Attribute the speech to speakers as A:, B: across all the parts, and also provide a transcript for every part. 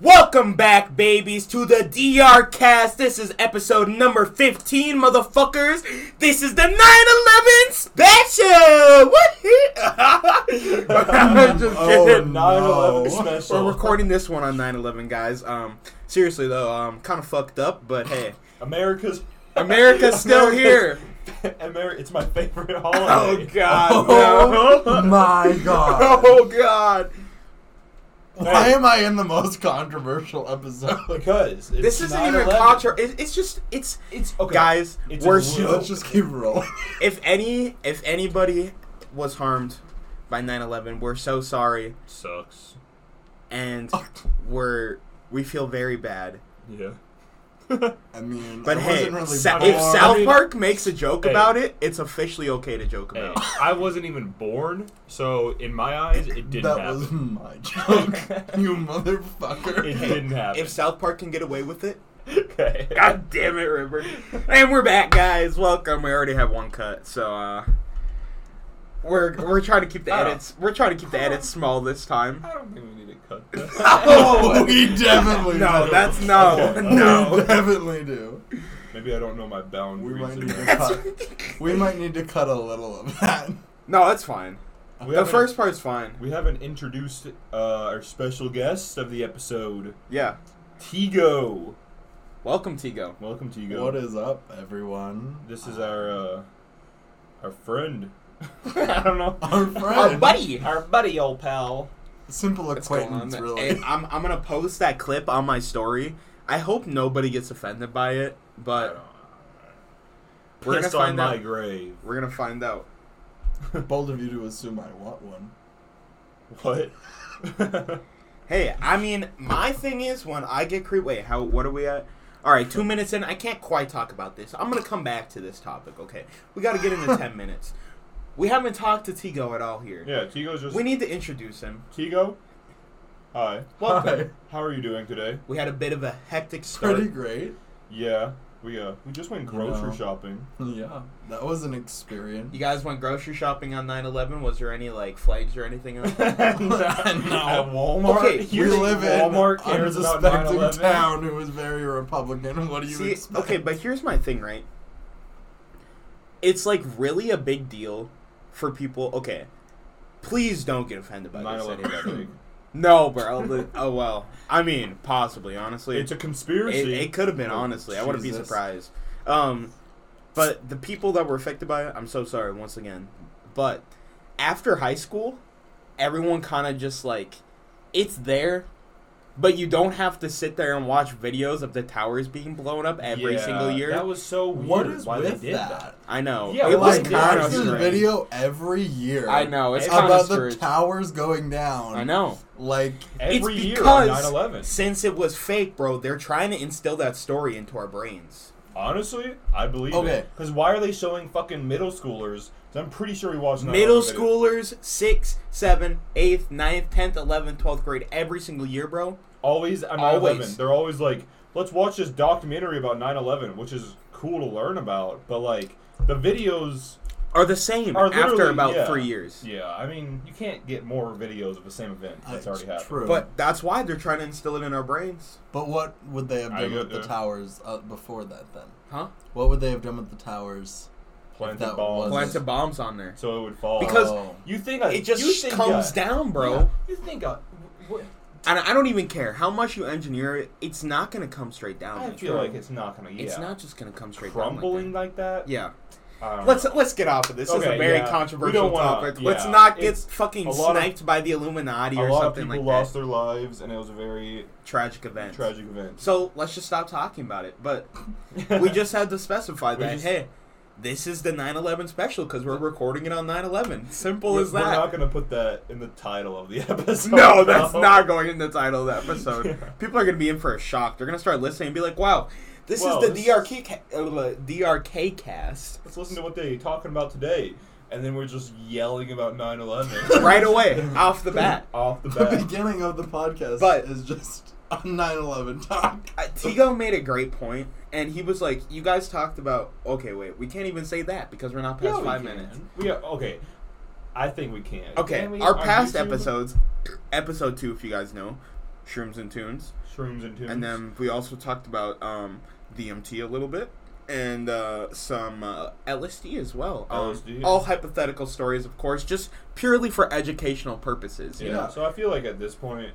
A: Welcome back, babies, to the DR cast. This is episode number 15, motherfuckers. This is the 9 11 special. What? I'm just
B: Oh,
A: kidding.
B: 9/11
A: We're
B: special.
A: recording this one on 9 11, guys. Um, seriously, though, um, kind of fucked up, but hey,
B: America's
A: America's still here.
B: America, it's my favorite
A: Oh,
B: holiday.
A: God.
C: Oh
A: no.
C: my god.
A: Oh, God.
C: Why am I in the most controversial episode?
B: Because it's
A: This isn't even
B: 9/11.
A: culture. It, it's just, it's,
B: It's okay.
A: guys,
B: It's
A: we're
B: a
A: so
C: Shit, let's just keep rolling.
A: if any if anybody was harmed by 9-11 we're so sorry
B: sucks.
A: and
B: Oh.
A: we're we feel very bad
B: Yeah.
C: I mean,
A: but
C: I
A: hey
C: wasn't really
A: Sa-
C: born.
A: if south
B: I mean-
A: park makes a joke
B: Hey.
A: about it it's officially okay to joke
B: Hey,
A: about it
B: I wasn't even born, so in my eyes, it didn't
C: that was
B: happen.
C: my joke, you motherfucker.
B: It didn't happen.
A: if south park can get away with it
B: okay.
A: god damn it river and we're back guys welcome we already have one cut so uh we're, we're trying to keep the
B: Oh.
A: edits we're trying to keep the edits small this time
B: I don't think we need to cut that.
C: Oh, we definitely
A: no
C: do.
A: that's no
B: Okay.
C: We
A: no
C: definitely do.
B: Maybe I don't know my
C: We
B: boundaries.
C: might need to
B: anymore.
C: cut. We might need to cut a little of that.
A: no it's fine
B: We
A: the
B: haven't-
A: first part's fine
B: We haven't introduced uh, our special guest of the episode,
A: yeah
B: Tigo.
A: Welcome, Tigo.
B: Welcome, Tigo.
C: What is up, everyone?
B: This is our uh, our friend. I don't know.
C: Our friend.
A: Our buddy.
B: Our buddy, old pal.
C: Simple acquaintance, really.
A: Hey, I'm, I'm gonna post that clip on my story. I hope nobody gets offended by it, but we're gonna
B: Pissed on
A: find
B: my
A: out.
B: grave.
A: We're gonna find out.
C: Bold of you to assume I want one.
B: What?
A: Hey, I mean, my thing is when I get creep. Wait, how? What are we at? All right, two minutes in. I can't quite talk about this. I'm gonna come back to this topic. Okay, we gotta get into ten minutes. We haven't talked to Tigo at all here.
B: yeah, Tigo's just.
A: We need to introduce him.
B: Tigo. Hi.
A: Welcome.
C: Hi.
B: How are you doing today?
A: We had a bit of a hectic start.
C: Pretty great.
B: Yeah, we uh we just went grocery
C: know.
B: shopping.
C: Yeah, that was an experience.
A: You guys went grocery shopping on 9/11. Was there any like flags or anything? On
B: At Walmart.
A: Okay,
B: You
C: we
B: think
C: live
B: Walmart
C: in
B: cares about
C: unsuspecting
B: 9/11?
C: town who is very Republican. What do you
A: See,
C: expect?
A: okay, but here's my thing, right? It's like really a big deal for people. Okay, please don't get offended by this.
B: 9/11 is
A: anybody.
B: big.
A: No, bro. li- oh well. I mean, possibly. Honestly,
B: It's a conspiracy.
A: it, it could have been. Honestly, I wouldn't be
C: Jesus.
A: surprised. Um, but the people that were affected by it, I'm so sorry once again. But after high school, everyone kind of just like it's there. But you don't have to sit there and watch videos of the towers being blown up every
B: Yeah,
A: single year.
B: That was so weird.
C: what is
B: why
C: with
B: they did
C: that?
A: I know.
B: Yeah,
A: it
B: well,
A: was
C: Like,
B: like,
A: kind
B: kinda
C: watch
A: of
C: this
B: strange.
C: video every year.
A: I know. It's kind of
C: about
A: strange.
C: the towers going down.
A: I know.
C: Like,
B: Every
A: it's
B: year
A: because
B: on 9/11.
A: since it was fake, bro, they're trying to instill that story into our brains.
B: Honestly, I believe
C: Okay.
B: Because why are they showing fucking middle schoolers? 'Cause I'm pretty sure we watched 9/11
A: Middle
B: video.
A: schoolers, sixth, seventh, eighth, ninth, tenth, eleventh, twelfth grade, every single year, bro.
B: Always, I'm
A: Always.
B: 11. They're always like, let's watch this documentary about 9/11, which is cool to learn about. But like the videos
A: Are the same
B: are
A: after
B: literally-
A: about
B: yeah.
A: three years.
B: Yeah, I mean, you can't get more videos of the same event that's already
C: it's
B: happened.
C: true.
A: But that's why they're trying to instill it in our brains.
C: but what would they have
B: I
C: done
B: get
C: with the
B: that.
C: towers uh, before that? Then
A: Huh?
C: what would they have done with the towers?
B: Planted
C: That
B: bombs,
C: was-
A: Planted bombs on there.
B: so it would fall.
A: Because
C: Oh.
B: you think a,
A: It just
B: you think
A: comes
B: a-
A: down, bro.
B: yeah, you think uh, a, what,
A: And I don't even care how much you engineer it, it's not gonna come straight down.
B: I
A: It's
B: feel
A: wrong.
B: like it's not gonna. Yeah,
A: It's not just gonna come straight
B: crumbling
A: down. Like
B: like that.
A: that. Yeah.
B: I don't know.
A: Let's let's get off of this. this is a
B: Okay,
A: very
B: yeah. We
A: controversial
B: don't wanna-
A: topic. Let's
B: yeah.
A: not get
B: It's-
A: fucking
B: a lot of-
A: sniped by the Illuminati
B: a
A: or
B: lot of
A: something
B: people
A: like
B: lost
A: that.
B: their lives, and it was a very
A: Tragic event.
B: tragic event.
A: So let's just stop talking about it. But we just had to specify
B: We
A: that
B: just-
A: hey, this is the 9/11 special because we're recording it on 9/11. Simple
B: we're,
A: as that.
B: We're not gonna put that in the title of the episode.
A: no, that's
B: though.
A: not going in the title of the episode.
B: Yeah.
A: People are going to be in for a shock. They're going to start listening and be like, "Wow, this
B: Wow,
A: is the
B: this
A: DRK ca- uh, uh, DRK cast."
B: Let's listen to what they're talking about today, and then we're just yelling about 9/11
A: Right away, off the bat.
B: off the
C: The
B: bat.
C: beginning of the podcast
A: But-
C: is just a 9/11 talk.
A: Uh, Tigo made a great point, and he was like, "You guys talked about okay, wait, we can't even say that because we're not past
B: we
A: five
B: can.
A: minutes."
B: We are, okay. I think we can.
A: Okay,
B: Can we
A: our
B: on
A: past
B: YouTube?
A: episodes, episode two, if you guys know, Shrooms and Tunes.
B: Shrooms and tunes.
A: And then we also talked about um, DMT a little bit and uh, some uh, LSD as well. Um,
B: LSD.
A: All hypothetical stories, of course, just purely for educational purposes.
B: yeah.
A: You know?
B: So I feel like at this point,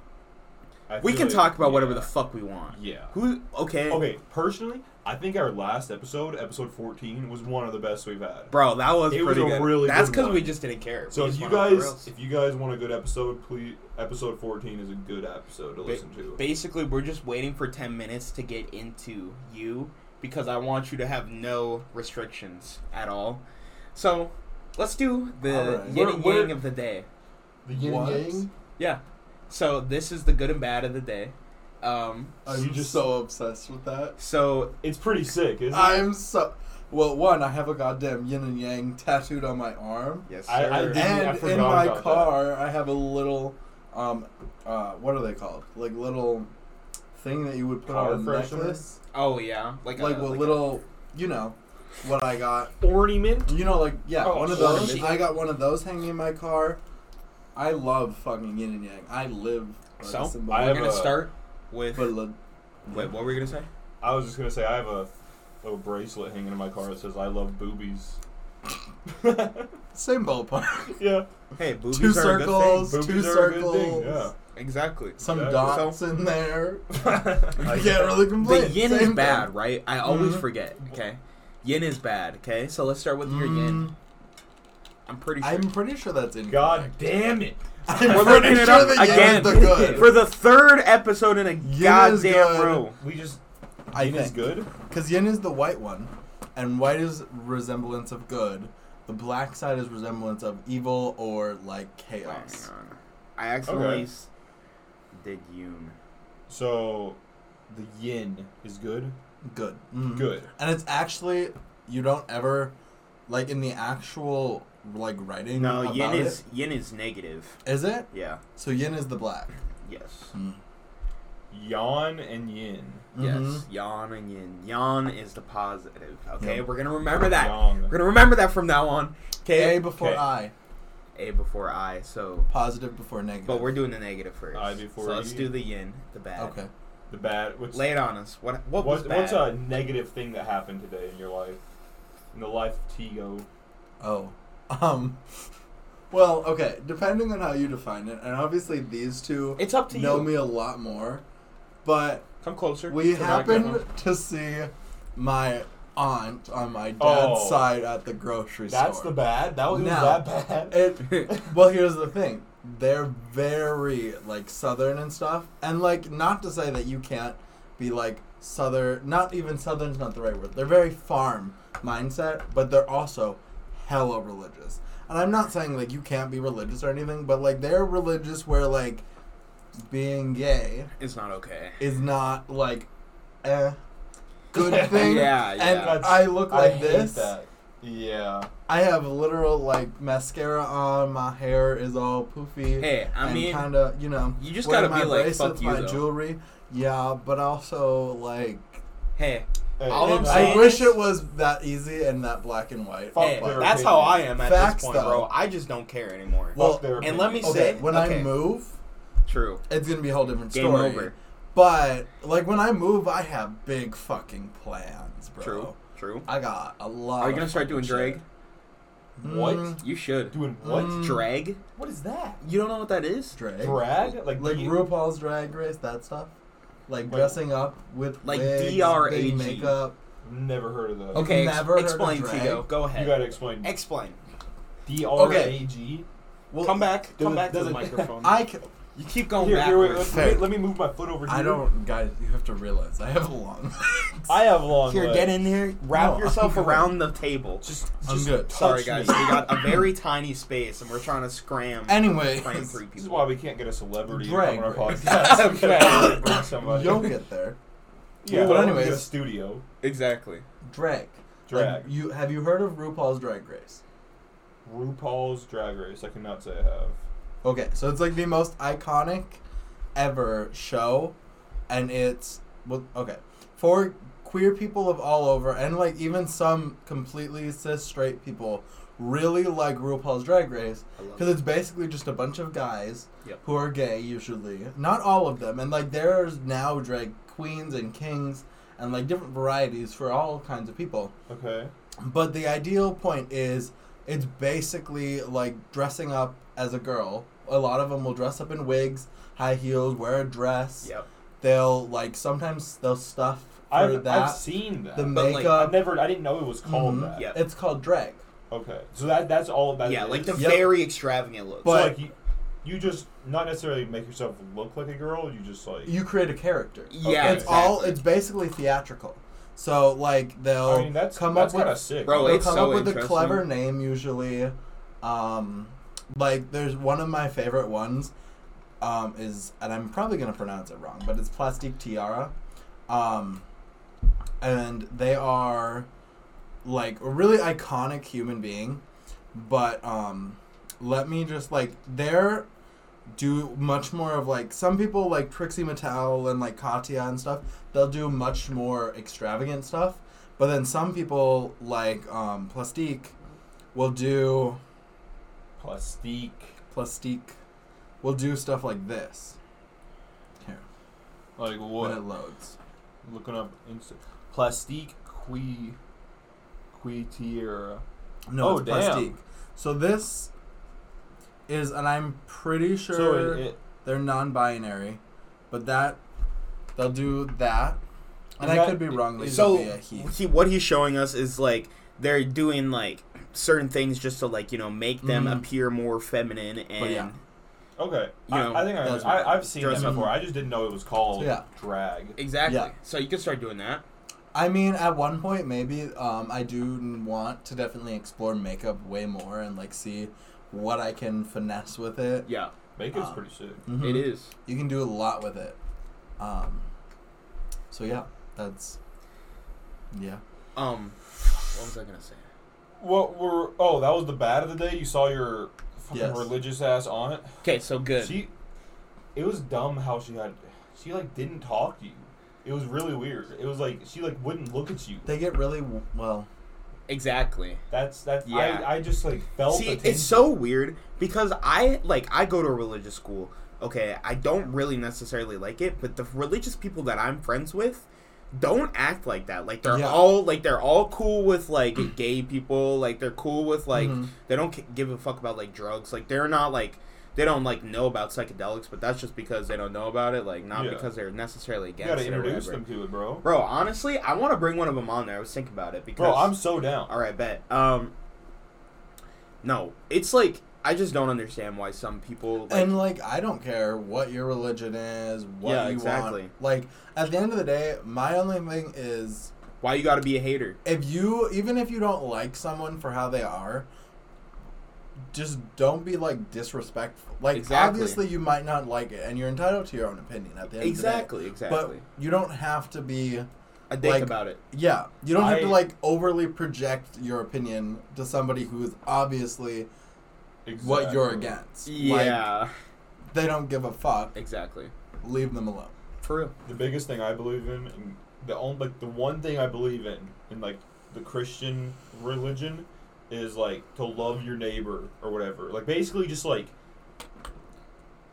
B: I
A: We
B: feel
A: can
B: like-
A: talk about whatever
B: yeah.
A: the fuck we want.
B: Yeah.
A: Who? Okay.
B: Okay, personally, I think our last episode, episode 14, was one of the best we've had.
A: Bro, that was
B: It was
A: pretty
B: a
A: good.
B: really
A: That's
B: good
A: because
B: one.
A: we just didn't care.
B: So
A: We
B: if
A: just went
B: you
A: off the
B: guys,
A: rails.
B: if you guys want a good episode, please, episode 14 is a good episode to
A: Ba-
B: listen to.
A: Basically, we're just waiting for 10 minutes to get into you because I want you to have no restrictions at all. So, let's do the
C: Alright.
A: yin
B: We're-
A: and
B: we're-
A: yang of the day.
C: The yin
B: What?
C: yang.
A: Yeah. So, this is the good and bad of the day. Um,
C: I'm
B: You just-
C: so obsessed with that.
A: so,
B: It's pretty sick, isn't it?
C: I'm so. Well, one, I have a goddamn yin and yang tattooed on my arm,
A: yes,
B: I- I
A: sir.
B: did- Yeah, I
C: and
B: forgot
C: in my
B: about that.
C: car, I have a little, um, uh, what are they called? Like little thing that you would put
B: Car
C: on a
B: freshener?
C: necklace,
A: oh, yeah. Like,
C: like,
A: a,
C: a
A: like
C: little, you know, what I got.
B: Ornament?
C: You know, like yeah,
B: Oh,
C: one of
A: sure.
C: those.
A: Shit.
C: I got one of those hanging in my car. I love fucking yin and yang. I live. by the
A: So,
C: symbol.
B: I
A: We're
B: have
A: going
B: a-
A: to start with.
C: But look,
A: Wait, what were we going to say?
B: I was just going to say, I have a little bracelet hanging in my car that says, I love boobies.
C: same ballpark.
B: yeah.
A: Hey, boobies
C: Two
A: are a good
C: circles,
A: thing.
B: Boobies
C: two
B: are a good
C: circles.
B: thing, yeah.
A: Exactly.
C: Some
B: Exactly.
C: dots in there. I
B: I
C: can't really complain.
A: The yin
C: Same
A: is
C: thing.
A: bad, right? I always
C: Mhm.
A: forget. Okay, yin is bad. Okay, so let's start with your yin.
C: Mm,
A: I'm pretty sure.
C: I'm pretty sure that's in.
B: God damn it.
C: I'm
A: We're
C: pretty
A: looking it
C: sure
A: up
C: the yin is
A: again.
C: the good.
A: For the third episode in a
C: is
A: goddamn
C: good.
A: row.
B: We just.
C: I
B: it is
C: think.
B: good.
C: Because yin is the white one, and white is resemblance of good. The black side is resemblance of evil or like chaos.
A: Oh I accidentally
B: Okay.
A: s- did yun.
B: So, the yin is good.
C: Good. Mhm.
B: Good.
C: And it's actually you don't ever like in the actual like writing.
A: No,
C: about
A: yin
C: it-
A: is yin is negative.
C: Is it?
A: Yeah.
C: So yin is the black.
A: Yes.
B: Yan and yin.
C: Mm-hmm.
A: Yes. Yan and yin. Yan is the positive. Okay,
C: Yep.
A: we're gonna remember that.
B: Yang.
A: We're gonna remember that from now on.
C: A
A: Okay.
C: before
B: Okay.
C: I,
A: A before I. So
C: positive before negative.
A: But we're doing the negative first.
B: I before
A: so let's
B: E.
A: do the yin, the bad.
C: okay.
B: The bad. What's,
A: Lay it on us. What what was
B: what's,
A: bad?
B: what's a negative thing that happened today in your life? In the life of Tigo?
C: Oh, um, well, okay. Depending on how you define it, and obviously these two
A: it's up to
C: know
A: you.
C: me a lot more, but
A: Come closer.
C: we
A: to the microphone.
C: happened to see my aunt on my dad's
B: Oh.
C: side at the grocery
B: That's
C: store.
B: the bad? That was it was
C: Now-
B: that bad?
C: It, well, here's the thing. They're very like southern and stuff, and like not to say that you can't be like southern. Not even southern's not the right word. They're very farm mindset, but they're also hella religious. And I'm not saying like you can't be religious or anything, but like they're religious where like being gay
A: It's not okay.
C: is not like eh good thing.
A: Yeah,
C: and
A: yeah.
C: I look like
B: hate
C: this.
B: that. Yeah.
C: I have literal like mascara on. My hair is all poofy.
A: Hey, I
C: and
A: mean,
C: kind of, you know,
A: you just
C: wear
A: gotta be like,
C: bracelets,
A: fuck you,
C: my
A: though.
C: jewelry. Yeah, but also like,
A: hey,
B: Hey,
A: All I'm
B: hey,
A: saying
C: I wish it was that easy and that black and white.
B: Fuck
A: hey,
B: their
A: that's how I
B: opinion.
A: am at
C: Facts,
A: this point, bro.
C: though.
A: I just don't care anymore.
C: Well,
B: fuck their
A: and let me
B: opinion.
C: Okay,
A: say-
C: when I
A: okay.
C: move,
A: True.
C: it's gonna be a whole different
A: Game
C: story.
A: over.
C: But like when I move, I have big fucking plans, bro.
A: True. True.
C: I got a lot.
A: Are you
C: of
A: gonna start
C: fucking
A: doing drag?
C: shit.
B: What?
C: Mm,
A: You should.
B: Doing what?
C: Mm.
A: Drag?
B: What is that?
A: You don't know what that is?
C: drag.
B: Drag? Like,
C: like
B: do you-
C: RuPaul's Drag Race, that stuff. Like
B: Like-
C: dressing up with
A: Like
C: wigs, big
A: DRAG.
C: makeup.
B: Never heard of that.
A: Okay, ex-
C: never heard of
A: explain,
C: drag?
A: Tigo. Go
B: You
A: ahead.
B: gotta explain.
A: Explain.
B: D R
C: Okay.
B: A G.
C: Well,
A: come back.
B: does
A: Come
B: it-
A: back to
B: does
A: the
B: it-
A: microphone.
C: I c-
A: you keep going
B: Here, here, wait,
A: backwards.
B: let, me, let me move my foot over here.
C: I don't, guys. You have to realize I have a long. legs.
B: I have long
A: Here,
B: legs.
A: get in here. Wrap
C: No,
A: yourself
C: I'm good.
A: around the table.
B: Just,
C: I'm
B: just
C: good.
B: touch
A: Sorry, guys.
B: me.
A: We got a very tiny space, and we're trying to scram.
C: Anyway,
A: Playing three people.
B: This is why we can't get a celebrity
C: Drag
B: on our
C: race.
B: podcast. We gotta
A: Okay.
B: bring somebody.
C: you'll get there.
B: yeah,
C: But
B: but
C: anyways-
B: anyways, get a studio
A: Exactly.
C: Drag.
B: drag.
C: Like, you have you heard of RuPaul's Drag Race?
B: RuPaul's Drag Race. I cannot say I have.
C: Okay, so it's like the most iconic ever show, and it's well, okay for queer people of all over, and like even some completely cis straight people really like RuPaul's Drag Race
A: I love
C: because it's basically just a bunch of guys
A: Yep.
C: who are gay usually. Not all of them, and like there's now drag queens and kings and like different varieties for all kinds of people.
B: Okay.
C: But the ideal point is it's basically like dressing up as a girl. A lot of them will dress up in wigs, high heels, wear a dress.
A: Yep.
C: They'll like sometimes they'll stuff for
B: I've,
C: that.
B: I've seen that.
C: the
A: But, like,
C: makeup.
B: I've never. I didn't know it was called
C: Mhm.
B: that.
A: Yeah.
C: It's called drag.
B: Okay. So that that's all that.
A: Yeah,
B: it
A: like
B: is?
A: the
C: Yep.
A: very extravagant looks.
B: So,
C: But-
B: like you, you just not necessarily make yourself look like a girl. You just like.
C: You create a character.
A: yeah,
B: Okay.
C: it's all.
A: exactly.
C: It's basically theatrical. So like they'll
B: I mean that's
C: come
B: that's
C: up with
B: kind of sick.
A: Bro,
C: They'll
A: it's
C: come
A: so
C: up with a
A: interesting.
C: clever name usually. Um, like there's one of my favorite ones um, is, and I'm probably gonna pronounce it wrong, but it's Plastic Tiara, um, and they are like a really iconic human being, but um, let me just like they're do much more of like some people like Trixie Mattel and like Katya and stuff. They'll do much more extravagant stuff, but then some people like um, Plastique will do
B: Plastique.
C: Plastique will do stuff like this. Here,
B: Like
C: when
B: what?
C: it loads.
B: Looking up Insta. Plastique qui qui tier.
C: No,
B: Oh,
C: it's
B: damn.
C: Plastique. So this is, and I'm pretty sure
B: So it, it,
C: they're non-binary, but that they'll do that. And
B: Is
C: I
B: that-
C: could be wrong. they
B: is-
C: could
A: so
C: be a he.
A: he, what he's showing us is like they're doing like certain things just to like you know make them
C: Mhm.
A: appear more feminine and
C: yeah.
B: okay.
A: You
B: I,
A: know,
B: I think I,
C: that's-
B: I I've seen that
A: dress
C: up.
B: before. I just didn't know it was called
C: Yeah.
B: drag.
A: exactly.
C: Yeah.
A: So you can start doing that.
C: I mean, at one point, maybe um, I do n- want to definitely explore makeup way more and like see what I can finesse with it.
A: Yeah,
B: Makeup's
A: Uh,
C: Um,
B: pretty sick.
C: Mhm.
A: it is.
C: You can do a lot with it. Um, so yeah, that's yeah.
A: Um, what was I gonna say?
B: What were? Oh, that was the bad of the day. You saw your fucking
C: Yes.
B: religious ass on it.
A: Okay, so good.
B: She, it was dumb how she had. She like didn't talk to you. It was really weird. It was like she like wouldn't look at you.
C: They get really w- well.
A: exactly.
B: That's that.
A: Yeah.
B: I, I just like felt.
A: See,
B: the
A: it's so weird because I like I go to a religious school. Okay, I don't really necessarily like it, but the religious people that I'm friends with don't act like that. Like they're
C: Yeah.
A: all like they're all cool with like gay people. Like they're cool with like
B: Mm-hmm.
C: Mhm.
A: they don't c- give a fuck about like drugs. Like they're not like they don't like know about psychedelics, but that's just because they don't know about it. Like not
B: Yeah.
A: because they're necessarily
B: You
A: against
B: gotta
A: it
B: introduce
A: or whatever.
B: them to it, bro.
A: Bro, honestly, I want to bring one of them on there. I was thinking about it because
B: Bro, I'm so down.
A: all right, bet. Um, no, it's like I just don't understand why some people like,
C: and like I don't care what your religion is, what
A: Yeah,
C: you
A: exactly.
C: want. Like at the end of the day, my only thing is
A: why you got to be a hater.
C: if you even if you don't like someone for how they are just don't be like disrespectful like
A: Exactly.
C: obviously you might not like it and you're entitled to your own opinion at the end
A: Exactly,
C: of the day
A: exactly.
C: but you don't have to be
A: a dick
C: like-
A: about it.
C: yeah you don't have to
B: I-
C: like overly project your opinion to somebody who is obviously what you're
B: Exactly.
C: against like
A: Yeah,
C: they don't give a fuck
A: exactly.
C: leave them alone
A: For real.
B: The biggest thing I believe in, and the only like the one thing I believe in, in like the Christian religion, is like to love your neighbor or whatever. Like basically just like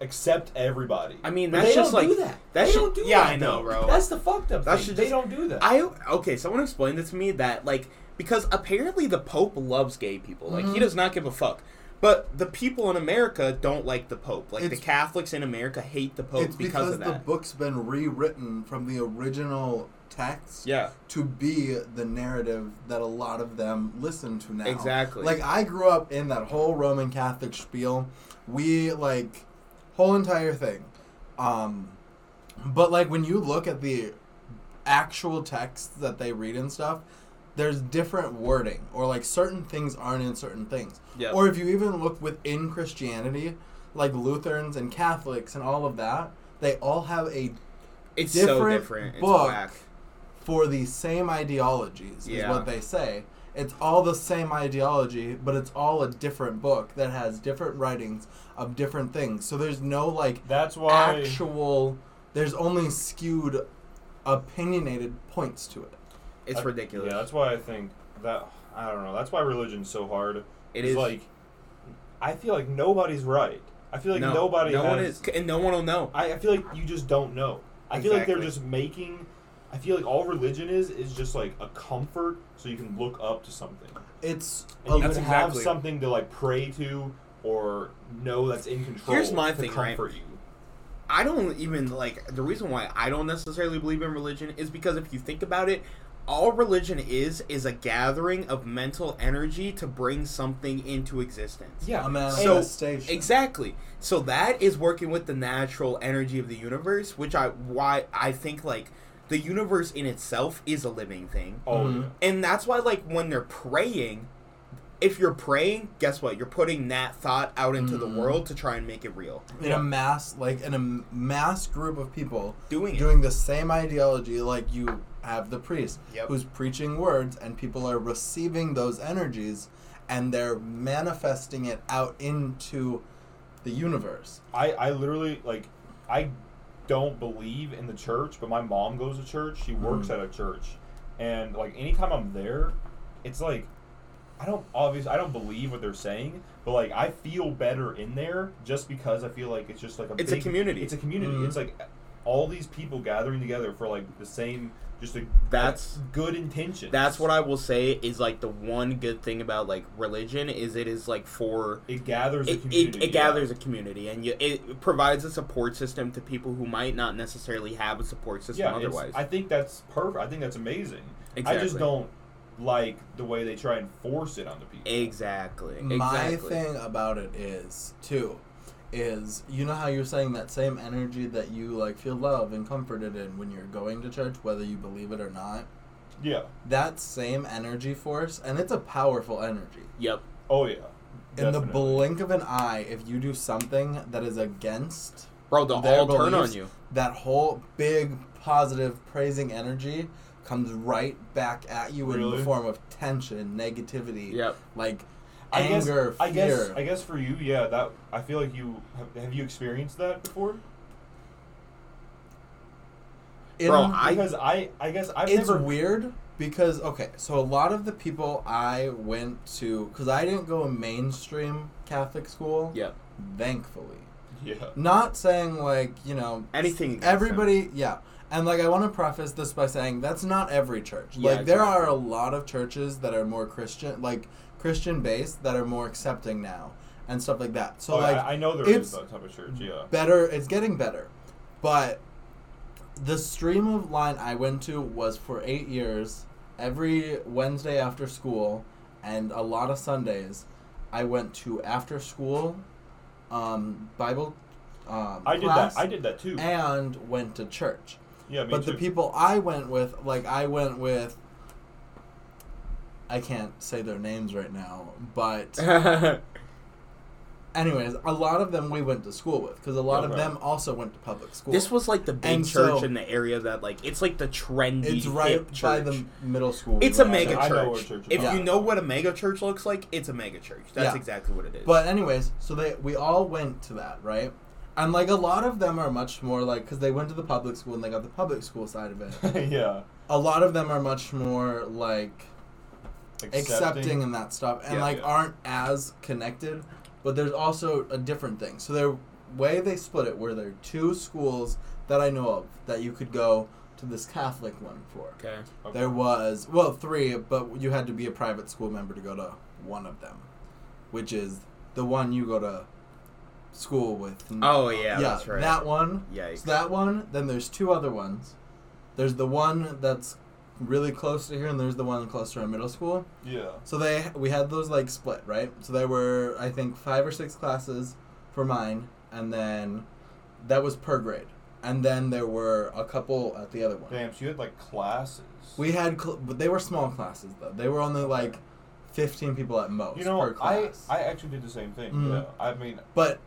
B: accept everybody.
A: I mean,
B: But
A: that's
B: they
A: just
B: don't
A: like
B: do that.
A: that
B: they
A: should-
B: don't do
A: yeah,
B: that,
A: I know,
B: though.
A: bro.
B: That's the fucked up
A: That
B: thing.
A: should
B: They
A: just-
B: don't do that.
A: I okay. Someone explained it to me that like because apparently the Pope loves gay people. Like he
C: Mhm.
A: does not give a fuck. But the people in America don't like the Pope. Like
C: It's-
A: the Catholics in America hate the Pope
C: it's because
A: of
C: the
A: that.
C: book's been rewritten from the original text
A: yeah,
C: to be the narrative that a lot of them listen to now.
A: Exactly.
C: Like I grew up in that whole Roman Catholic spiel. We like whole entire thing. Um but like when you look at the actual texts that they read and stuff, there's different wording or like certain things aren't in certain things.
A: Yeah.
C: Or if you even look within Christianity, like Lutherans and Catholics and all of that, they all have a
A: it's so
C: different
A: different. It's
C: book
A: whack.
C: for the same ideologies is
A: Yeah.
C: what they say. It's all the same ideology, but it's all a different book that has different writings of different things. So there's no like
B: That's why
C: actual. There's only skewed, opinionated points to it.
A: It's
B: I-
A: ridiculous.
B: Yeah, that's why I think that I don't know. That's why religion's so hard
A: It
B: It's
A: is
B: like I feel like nobody's right. I feel like
A: no,
B: nobody.
A: No
B: has,
A: one is, and no one will know.
B: I, I feel like you just don't know. I feel like they're
A: Exactly.
B: just making. I feel like all religion is is just like a comfort, so you can look up to something,
C: It's
B: and you
A: That's
B: can
A: exactly-
B: have something to like pray to or know that's in control.
A: Here's my
B: to
A: thing, right?
B: comfort you.
A: I don't even like the reason why I don't necessarily believe in religion is because if you think about it, all religion is is a gathering of mental energy to bring something into existence.
B: Yeah,
C: a
A: So,
C: manifestation.
A: Exactly. So that is working with the natural energy of the universe, which I why I think like the universe in itself is a living thing.
B: Oh
C: Mhm.
B: yeah.
A: And that's why like when they're praying, if you're praying, guess what? You're putting that thought out into the
C: Mm.
A: world to try and make it real.
C: in a mass, like in a m- mass group of people
A: Doing it.
C: doing the same ideology, like you have the priest
A: Yep.
C: who's preaching words, and people are receiving those energies, and they're manifesting it out into the universe.
B: I, I literally like I don't believe in the church, but my mom goes to church.
A: Mm-hmm.
B: She works
C: Mhm.
B: at a church, and like anytime I'm there, it's like I don't obviously I don't believe what they're saying, but like I feel better in there just because I feel like it's just like a
A: It's a
B: big-
A: community. Mm-hmm.
B: It's a community.
C: Mhm.
B: It's like all these people gathering together for like the same just a
A: That's-
B: like, good intention.
A: That's what I will say is like the one good thing about like religion is it is like for
B: it gathers a
A: it,
B: community.
A: it,
B: yeah.
A: it gathers a community and you, it provides a support system to people who might not necessarily have a support system
B: yeah, it's-
A: otherwise.
B: I think that's perfect. I think that's amazing. I just
A: Exactly.
B: don't like the way they try and force it onto people.
A: Exactly. Exactly.
C: My thing about it is too, is you know how you're saying that same energy that you like feel love and comforted in when you're going to church, whether you believe it or not.
B: Yeah.
C: That same energy force, and it's a powerful energy.
A: Yep.
B: Oh yeah.
C: In the
B: Definitely.
C: blink of an eye, if you do something that is against
A: Bro, they'll
C: their
A: all turn on
C: beliefs,
A: you.
C: that whole big positive praising energy comes right back at you in
B: Really?
C: the form of tension, negativity,
A: Yep.
C: like
B: I guess-
C: anger,
B: I
C: fear.
B: guess. I guess for you, yeah. That I feel like you have, have you experienced that before?
C: In-
A: Bro, I-
B: Because I, I guess I've
C: it's
B: never.
C: weird because okay, so a lot of the people I went to, because I didn't go a mainstream Catholic school,
A: Yep.
C: thankfully.
B: Yeah.
C: Not saying like you know
A: Anything. against them.
C: everybody yeah and like i want to preface this by saying that's not every church
A: Yeah,
C: like there are a
A: exactly.
C: lot of churches that are more christian like christian based that are more accepting now and stuff like that so
B: oh,
C: like
B: I, I know there is
C: it's
B: that type of church. Yeah.
C: better it's getting better but the stream of line i went to was for eight years every wednesday after school and a lot of sundays i went to after school um, bible um,
B: I did
C: class
B: that. I did that too.
C: and went to church
B: yeah, me
C: but
B: too.
C: the people I went with, like I went with, I can't say their names right now, but anyways, a lot of them we went to school with because a lot of
B: Okay.
C: them also went to public school.
A: this was like the big
C: And
A: church
C: so-
A: in the area that like it's like the trendy.
C: it's right
A: hip
C: by
A: church.
C: the middle school.
A: It's a
C: right?
A: mega
B: I know what
A: church.
B: church you're
A: If
C: talking
A: you know what a mega church looks like, it's a mega church. That's
C: Yeah.
A: exactly what it is.
C: But anyways, so they we all went to that right, and like a lot of them are much more like because they went to the public school and they got the public school side of it.
B: yeah.
C: a lot of them are much more like accepting and that stuff and
B: Yeah,
C: like
B: yeah.
C: aren't as connected but there's also a different thing so their way they split it were there two schools that i know of that you could go to this catholic one for
A: okay.
B: Okay.
C: there was well three but you had to be a private school member to go to one of them which is the one you go to school with
A: Oh yeah, that's right.
C: that one
A: Yikes.
C: so that one, then there's two other ones. There's the one that's really close to here, and there's the one close to our middle school.
B: Yeah.
C: So they we had those like split, right? So there were I think five or six classes for mine, and then that was per grade, and then there were a couple at the other one.
B: Damn. So you had like classes.
C: We had, cl- but they were small classes though. They were only like fifteen people at most
B: You
C: per
B: know, I
C: class.
B: I actually did the same thing.
C: Mhm.
B: Yeah. I mean,
C: But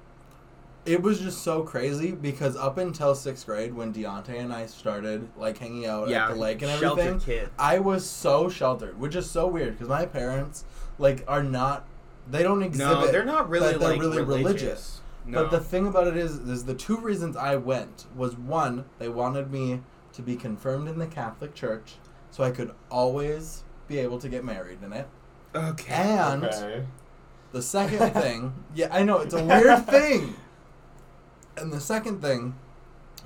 C: it was just so crazy because up until sixth grade, when Deontay and I started like hanging out
A: yeah,
C: at the lake and
A: sheltered
C: everything,
A: kid.
C: I was so sheltered, which is so weird because my parents like are not, they don't exhibit.
A: No, they're not really
C: that they're
A: like
C: really
A: religious.
C: religious.
A: No.
C: But the thing about it is, is the two reasons I went was one, they wanted me to be confirmed in the Catholic Church, so I could always be able to get married in it,
A: okay.
C: and
B: okay.
C: The second thing, yeah, I know it's a weird thing. And the second thing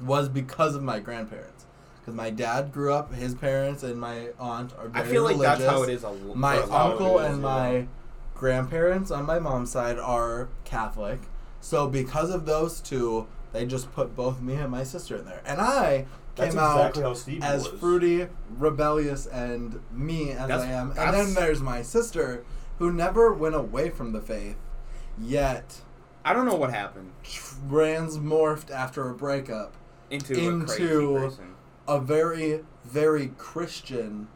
C: was because of my grandparents, because my dad grew up. His parents and my aunt are
A: I
C: very
A: feel like
C: religious.
A: that's how it is. A l-
C: My
A: that's how it
C: uncle
A: is,
C: and
A: yeah.
C: my grandparents on my mom's side are Catholic. So because of those two, they just put both me and my sister in there. And I
B: That's
C: came out
B: exactly how Steve
C: as
B: was.
C: fruity, rebellious, and me as
A: That's-
C: I am. And
A: that's-
C: then there's my sister, who never went away from the faith, yet
A: I don't know what happened
C: transmorphed after a breakup.
A: into, a crazy
C: Into-
A: person.
C: A very, very Christian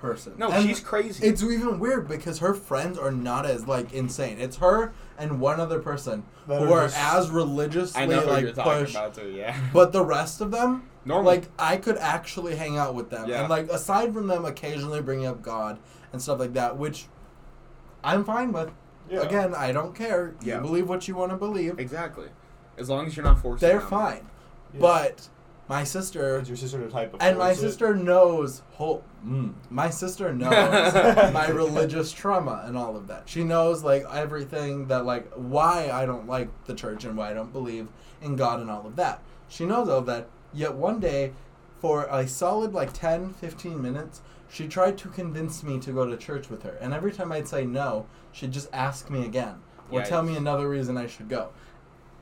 C: person.
A: No,
C: And
A: she's crazy.
C: It's even weird because her friends are not as like insane. It's her and one other person
B: That
C: who
B: are
C: are
B: just-
C: as religiously like pushed. But the rest of them,
A: Normal.
C: like I could actually hang out with them,
A: Yeah.
C: and like aside from them, occasionally bringing up God and stuff like that, which I'm fine with.
B: Yeah.
C: Again, I don't care. You
A: Yeah.
C: believe what you want to believe.
A: exactly. As long as you're not forcing.
C: They're
A: them.
C: fine.
B: Yeah.
C: But my sister
B: Is your sister the type of
C: and my
B: force it?
C: sister knows whole. Mm, my sister knows my religious trauma and all of that. She knows like everything that like why I don't like the church and why I don't believe in God and all of that. She knows all that. Yet one day, for a solid like 10, 15 minutes, she tried to convince me to go to church with her. And every time I'd say no, she'd just ask me again or tell
A: Yikes.
C: me another reason I should go.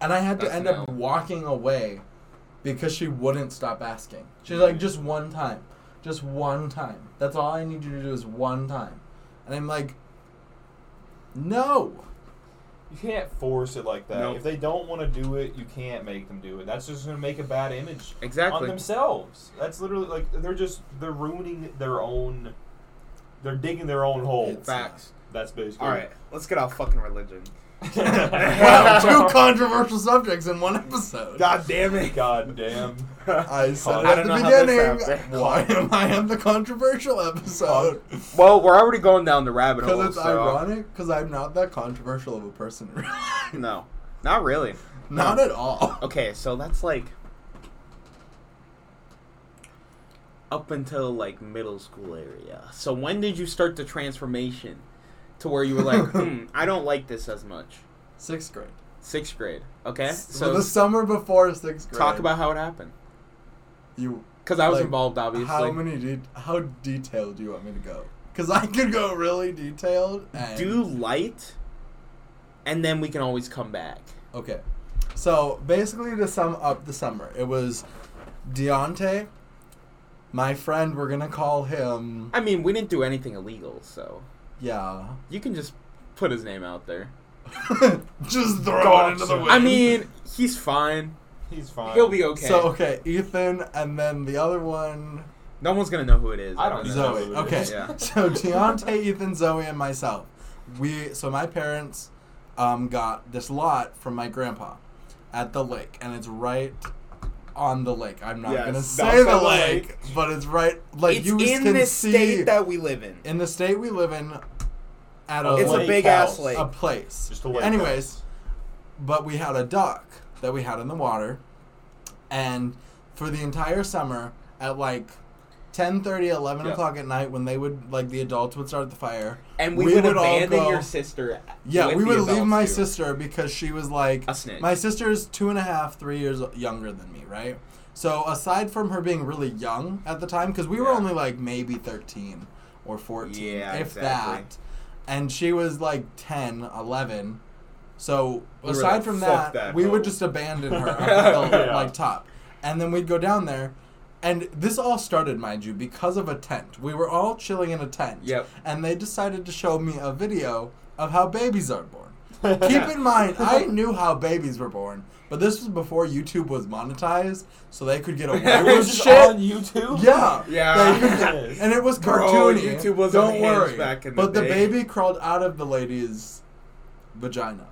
C: And I had to
A: That's
C: end up
A: no.
C: walking away because she wouldn't stop asking. She's like, just one time. Just one time. That's all I need you to do is one time. And I'm like, no.
B: You can't force it like that.
A: Nope.
B: If they don't want to do it, you can't make them do it. That's just going to make a bad image on
A: Exactly.
B: themselves. That's literally like they're just they're ruining their own. They're digging their own hole.
C: It's-
A: Facts.
B: That's basically.
A: All right, let's get off fucking religion.
C: Wow, two controversial subjects in one episode.
A: God damn it.
B: God damn.
C: I said
B: I
C: at
A: Oh, don't
C: the
A: know how this
C: beginning,
A: happened.
C: why am I on the controversial episode?
A: Well, we're already going down the rabbit hole.
C: Because it's
A: so- uh,
C: ironic, because I'm not that controversial of a person. really.
A: No, not really.
C: not at all.
A: Okay, so that's like up until like middle school area. So when did you start the transformation to where you were like, hmm, I don't like this as much?
C: Sixth grade.
A: Sixth grade. Okay,
C: So,
A: so
C: the summer before sixth grade.
A: talk about how it happened.
C: you.
A: Because I was
C: Like,
A: involved, obviously.
C: How many? De- how detailed do you want me to go? Because I could go really detailed. And
A: Do light, and then we can always come back.
C: Okay. So basically, to sum up the summer, it was Deontay, my friend. We're gonna call him.
A: I mean, we didn't do anything illegal, so
C: Yeah.
A: you can just put his name out there.
C: Just throw it
B: Dog
C: into the
B: shit.
C: wind.
A: I mean, he's fine.
B: He's fine.
A: He'll be okay.
C: So okay, Ethan, and then the other one,
A: no one's gonna know who it is.
B: I don't
A: know.
C: Zoe.
B: who it
C: Okay,
B: is.
A: Yeah.
C: so Deontay, Ethan, Zoe, and myself. We so my parents um, got this lot from my grandpa at the lake, and it's right on the lake. I'm not
A: Yes,
C: gonna
A: that's
C: say the
B: the
C: lake,
B: lake.
C: but it's right like
A: it's
C: you
A: in
C: can
A: this
C: see
A: state that we live in.
C: in the state we live in. At a
A: It's a
C: lake
A: big
C: house,
A: ass lake.
C: A place.
B: Just a lake
C: Anyways,
B: house.
C: but we had a duck that we had in the water and for the entire summer at like 10 11
A: Yeah.
C: o'clock at night when they would like the adults would start the fire
A: and we, would,
C: all
A: abandon
C: go-
A: your sister.
C: yeah
A: with
C: we
A: the
C: would leave
A: adults,
C: my
A: too.
C: sister because she was like
A: A snitch.
C: my sister's two and a half three years younger than me right so aside from her being really young at the time because we were
A: Yeah.
C: only like maybe 13 or 14
A: Yeah,
C: if
A: exactly.
C: that and she was like 10 11 so
A: We were
C: aside
A: like,
C: from that,
A: "Fuck that
C: we would
A: hoe."
C: just abandon her up at the
B: Yeah.
C: like top, and then we'd go down there, and this all started, mind you, because of a tent. We were all chilling in a tent.
A: Yep.
C: And they decided to show me a video of how babies are born. Keep in mind, I knew how babies were born, but this was before YouTube was monetized, so they could get away
A: It
B: It
C: with
B: was just on
C: shit.
B: YouTube.
C: Yeah.
A: Yeah.
C: They could get- and it was
A: Bro,
C: cartoony.
A: YouTube was on
C: Don't
A: Hinge
C: worry.
A: back in the
C: but the
A: day.
C: baby crawled out of the lady's vagina.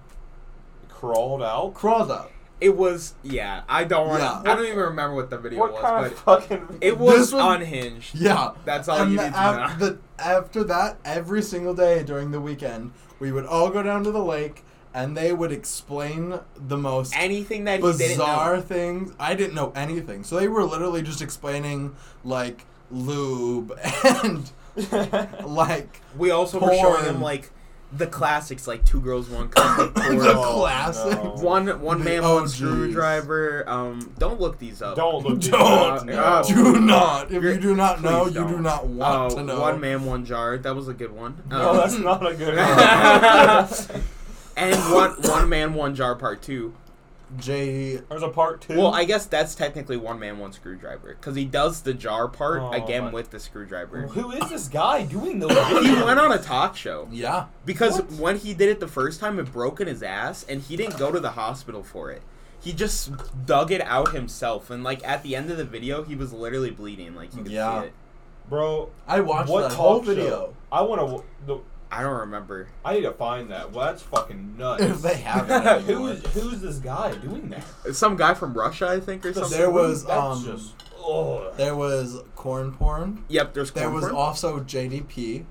B: Crawled out.
C: Crawled out.
A: It was yeah. I don't want.
C: Yeah.
A: to I don't even remember what the video
B: What
A: was,
B: kind
A: but
B: of fucking?
A: it was
C: This was-
A: unhinged.
C: Yeah.
A: That's all
C: and
A: you
C: the,
A: need to
C: af-
A: know.
C: The, after that, every single day during the weekend, we would all go down to the lake and they would explain the most
A: Anything that he didn't
C: bizarre
A: know.
C: things. I didn't know anything. So they were literally just explaining, like, lube and, like,
A: We also were showing
C: Porn.
A: him like the classics like two girls, one cup.
C: the
A: or,
B: Oh,
C: classic.
B: no.
A: One one
C: The
A: man, one
C: OGs.
A: screwdriver. Um, don't look these up.
B: Don't look.
C: Don't.
B: No.
A: Uh,
C: Do not. If
A: You're-
C: you do not know,
A: please
C: you do
A: don't.
C: not want
A: Oh,
C: to know.
A: one man, one jar. That was a good one.
B: No,
A: Um,
B: Oh, that's not a good one.
A: and one one man one jar part two.
C: J.
B: There's a part two.
A: Well, I guess that's technically one man one screwdriver because he does the jar part
B: Oh,
A: again
B: my-
A: with the screwdriver.
B: Who is this guy doing those?
A: he
B: videos?
A: went on a talk show
C: Yeah.
A: because
B: What?
A: when he did it the first time, it broke in his ass, and he didn't go to the hospital for it. He just dug it out himself, and like at the end of the video, he was literally bleeding. Like you could
C: Yeah.
A: see it.
B: bro.
C: I watched
B: what
C: that
B: talk
C: whole
B: show?
C: video.
B: I want to.
A: I don't remember.
B: I need to find that. Well, that's fucking
C: If
B: nuts.
C: they haven't.
B: who
C: anymore.
B: is who's this guy doing that?
A: Some guy from Russia, I think, or something.
C: There was,
B: That's
C: um,
B: just. Oh.
C: There was corn porn.
A: Yep, there's.
C: There
A: corn
C: was
A: porn.
C: also JDP,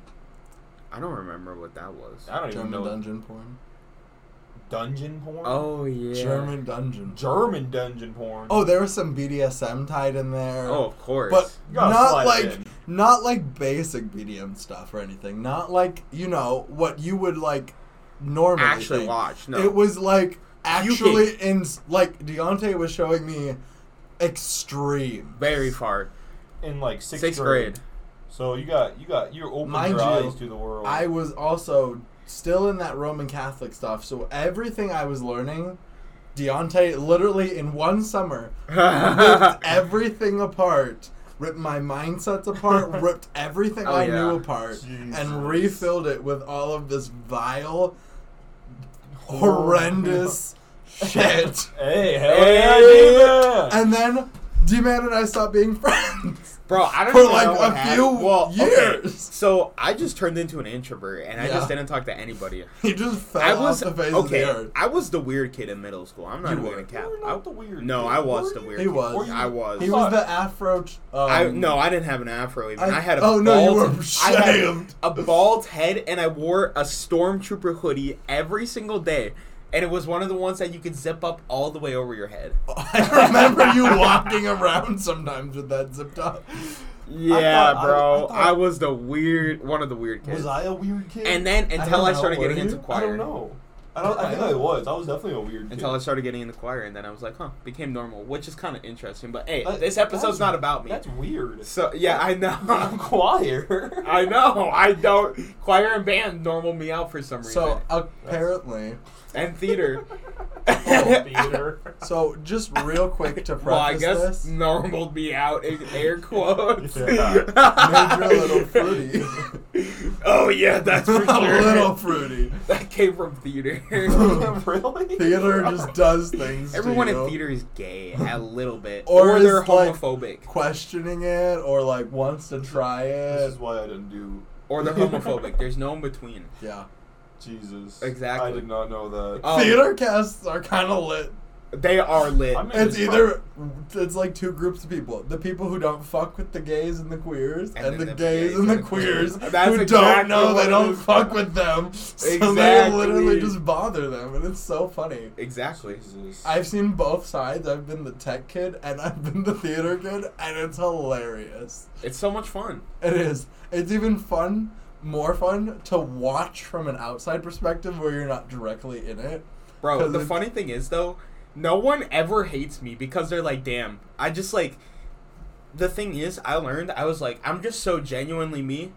A: I don't remember what that was.
B: I don't even
C: German
B: know.
C: dungeon porn.
B: dungeon porn.
A: Oh yeah.
C: German dungeon.
B: German dungeon porn.
C: Oh, there was some BDSM tied in there.
A: Oh, of course.
C: But
B: You gotta
C: not
B: slide
C: like
B: it in.
C: not like basic BDM stuff or anything. Not like you know what you would like normally
A: actually
C: think.
A: watch. No.
C: It was like actually in like Deontay was showing me extreme.
A: very far.
B: in like sixth,
A: Sixth, grade.
B: So you got you got you opened
C: Mind
B: your
C: you,
B: eyes to the world.
C: I was also still in that Roman Catholic stuff, so everything I was learning, Deontay literally in one summer ripped everything apart, ripped my mindsets apart, ripped everything
A: Oh,
C: I
A: yeah.
C: knew apart,
B: Jesus.
C: and refilled it with all of this vile, horrendous shit.
B: Hey, hell
A: Hey.
B: yeah, dude.
C: And then demanded I stop being friends.
A: Bro, I don't
C: For,
A: know
C: like,
A: what
C: a
A: happened.
C: few
A: well, okay.
C: years.
A: So I just turned into an introvert, and I
C: Yeah.
A: just didn't talk to anybody.
C: He just fell
A: I was
C: off the face of
A: okay.
C: the earth.
A: I was the weird kid in middle school. I'm not
C: You
A: even
C: were.
A: gonna cap.
B: You were
A: I,
B: not the weird
A: no,
B: kid,
A: I was
B: were
A: the
B: you?
A: weird.
C: He
A: kid.
C: was.
B: Were you-
A: I was.
C: He was the Afro. ch- Um,
A: I no, I didn't have an afro even. I,
C: I-
A: had a bald,
C: oh, no, you were
A: I had
C: shaved.
A: a bald head and I wore a stormtrooper hoodie every single day. And it was one of the ones that you could zip up all the way over your head.
C: I remember you walking around sometimes with that zipped up.
A: Yeah,
B: I-
A: bro. I,
B: I thought-
A: was the weird one of the weird kids.
B: Was I a weird kid?
A: And then- until
B: don't
A: I started
B: were
A: getting
B: you?
A: into choir.
B: I don't know. I don't. I think I was. I was definitely a weird kid.
A: until I started getting in the choir, and then I was like, huh, became normal, which is kind of interesting. But hey,
B: That-
A: this episode's
B: that's-
A: not about me.
B: That's weird.
A: So yeah, I
B: I'm
A: know.
B: choir.
A: I know. I don't. Choir and band normal me out for some reason.
C: So apparently,
A: and theater.
B: Oh, theater.
C: so just real quick to preface
A: Well, I guess
C: this,
A: normaled me out in air quotes.
B: Yeah.
C: Made you a little fruity.
A: oh yeah, that's for
C: a
A: sure.
C: little fruity.
A: That came from theater.
B: really?
C: Theater just does things. to
A: Everyone
C: you.
A: in theater is gay a little bit,
C: Or
A: or, they're
C: is, like-
A: homophobic,
C: questioning it or like wants to try
B: This
C: it.
B: is why I didn't do.
A: or they're homophobic. There's no in between.
C: Yeah,
B: Jesus.
A: Exactly.
B: I did not know that.
A: Oh.
C: theater casts are kind of lit.
A: They are lit.
B: I'm in
C: It's
B: this
C: either it's like two groups of people: the people who don't fuck with the gays and the queers,
A: And then
C: and, the,
A: the
C: gays
A: gays
C: and the
A: and the
C: queers
A: queers. That's
C: who
A: exactly
C: don't
A: what
C: know they
A: it
C: don't
A: is.
C: fuck with them. So they
A: Exactly.
C: literally just bother them, and it's so funny.
A: exactly.
B: Jesus.
C: I've seen both sides. I've been the tech kid and I've been the theater kid, and it's hilarious.
A: It's so much fun.
C: It is. It's even fun, more fun to watch from an outside perspective where you're not directly in it.
A: Bro,
C: 'Cause
A: the
C: it's-
A: funny thing is though, no one ever hates me because they're like, damn, I just like the thing is I learned I was like, I'm just so genuinely me.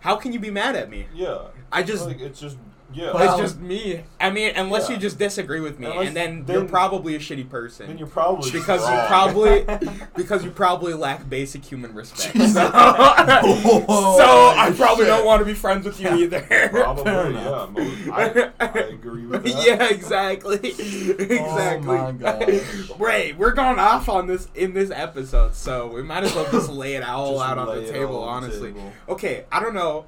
A: How can you be mad at me?
B: Yeah.
A: I just
B: like it's just yeah.
C: But-
A: it's
C: Wow.
A: just me. I mean, unless
B: Yeah.
A: you just disagree with me
B: Unless-
A: and then,
B: then-
A: you're probably a shitty person.
B: then you're probably
A: because you
B: wrong.
A: probably because you probably lack basic human respect. So,
C: Jesus.
A: so
C: Holy
A: I probably
C: shit.
A: don't want to be friends with you either.
B: probably
C: Fair
B: yeah.
C: enough.
B: Mo- I, I agree with that.
A: yeah, exactly.
B: Oh
A: exactly.
C: my gosh.
A: Wait, we're going off on this in this episode, so we might as well just lay it all
B: Just
A: out on
B: lay
A: the
B: it
A: table,
B: all on the
A: honestly.
B: table.
A: Okay, I don't know.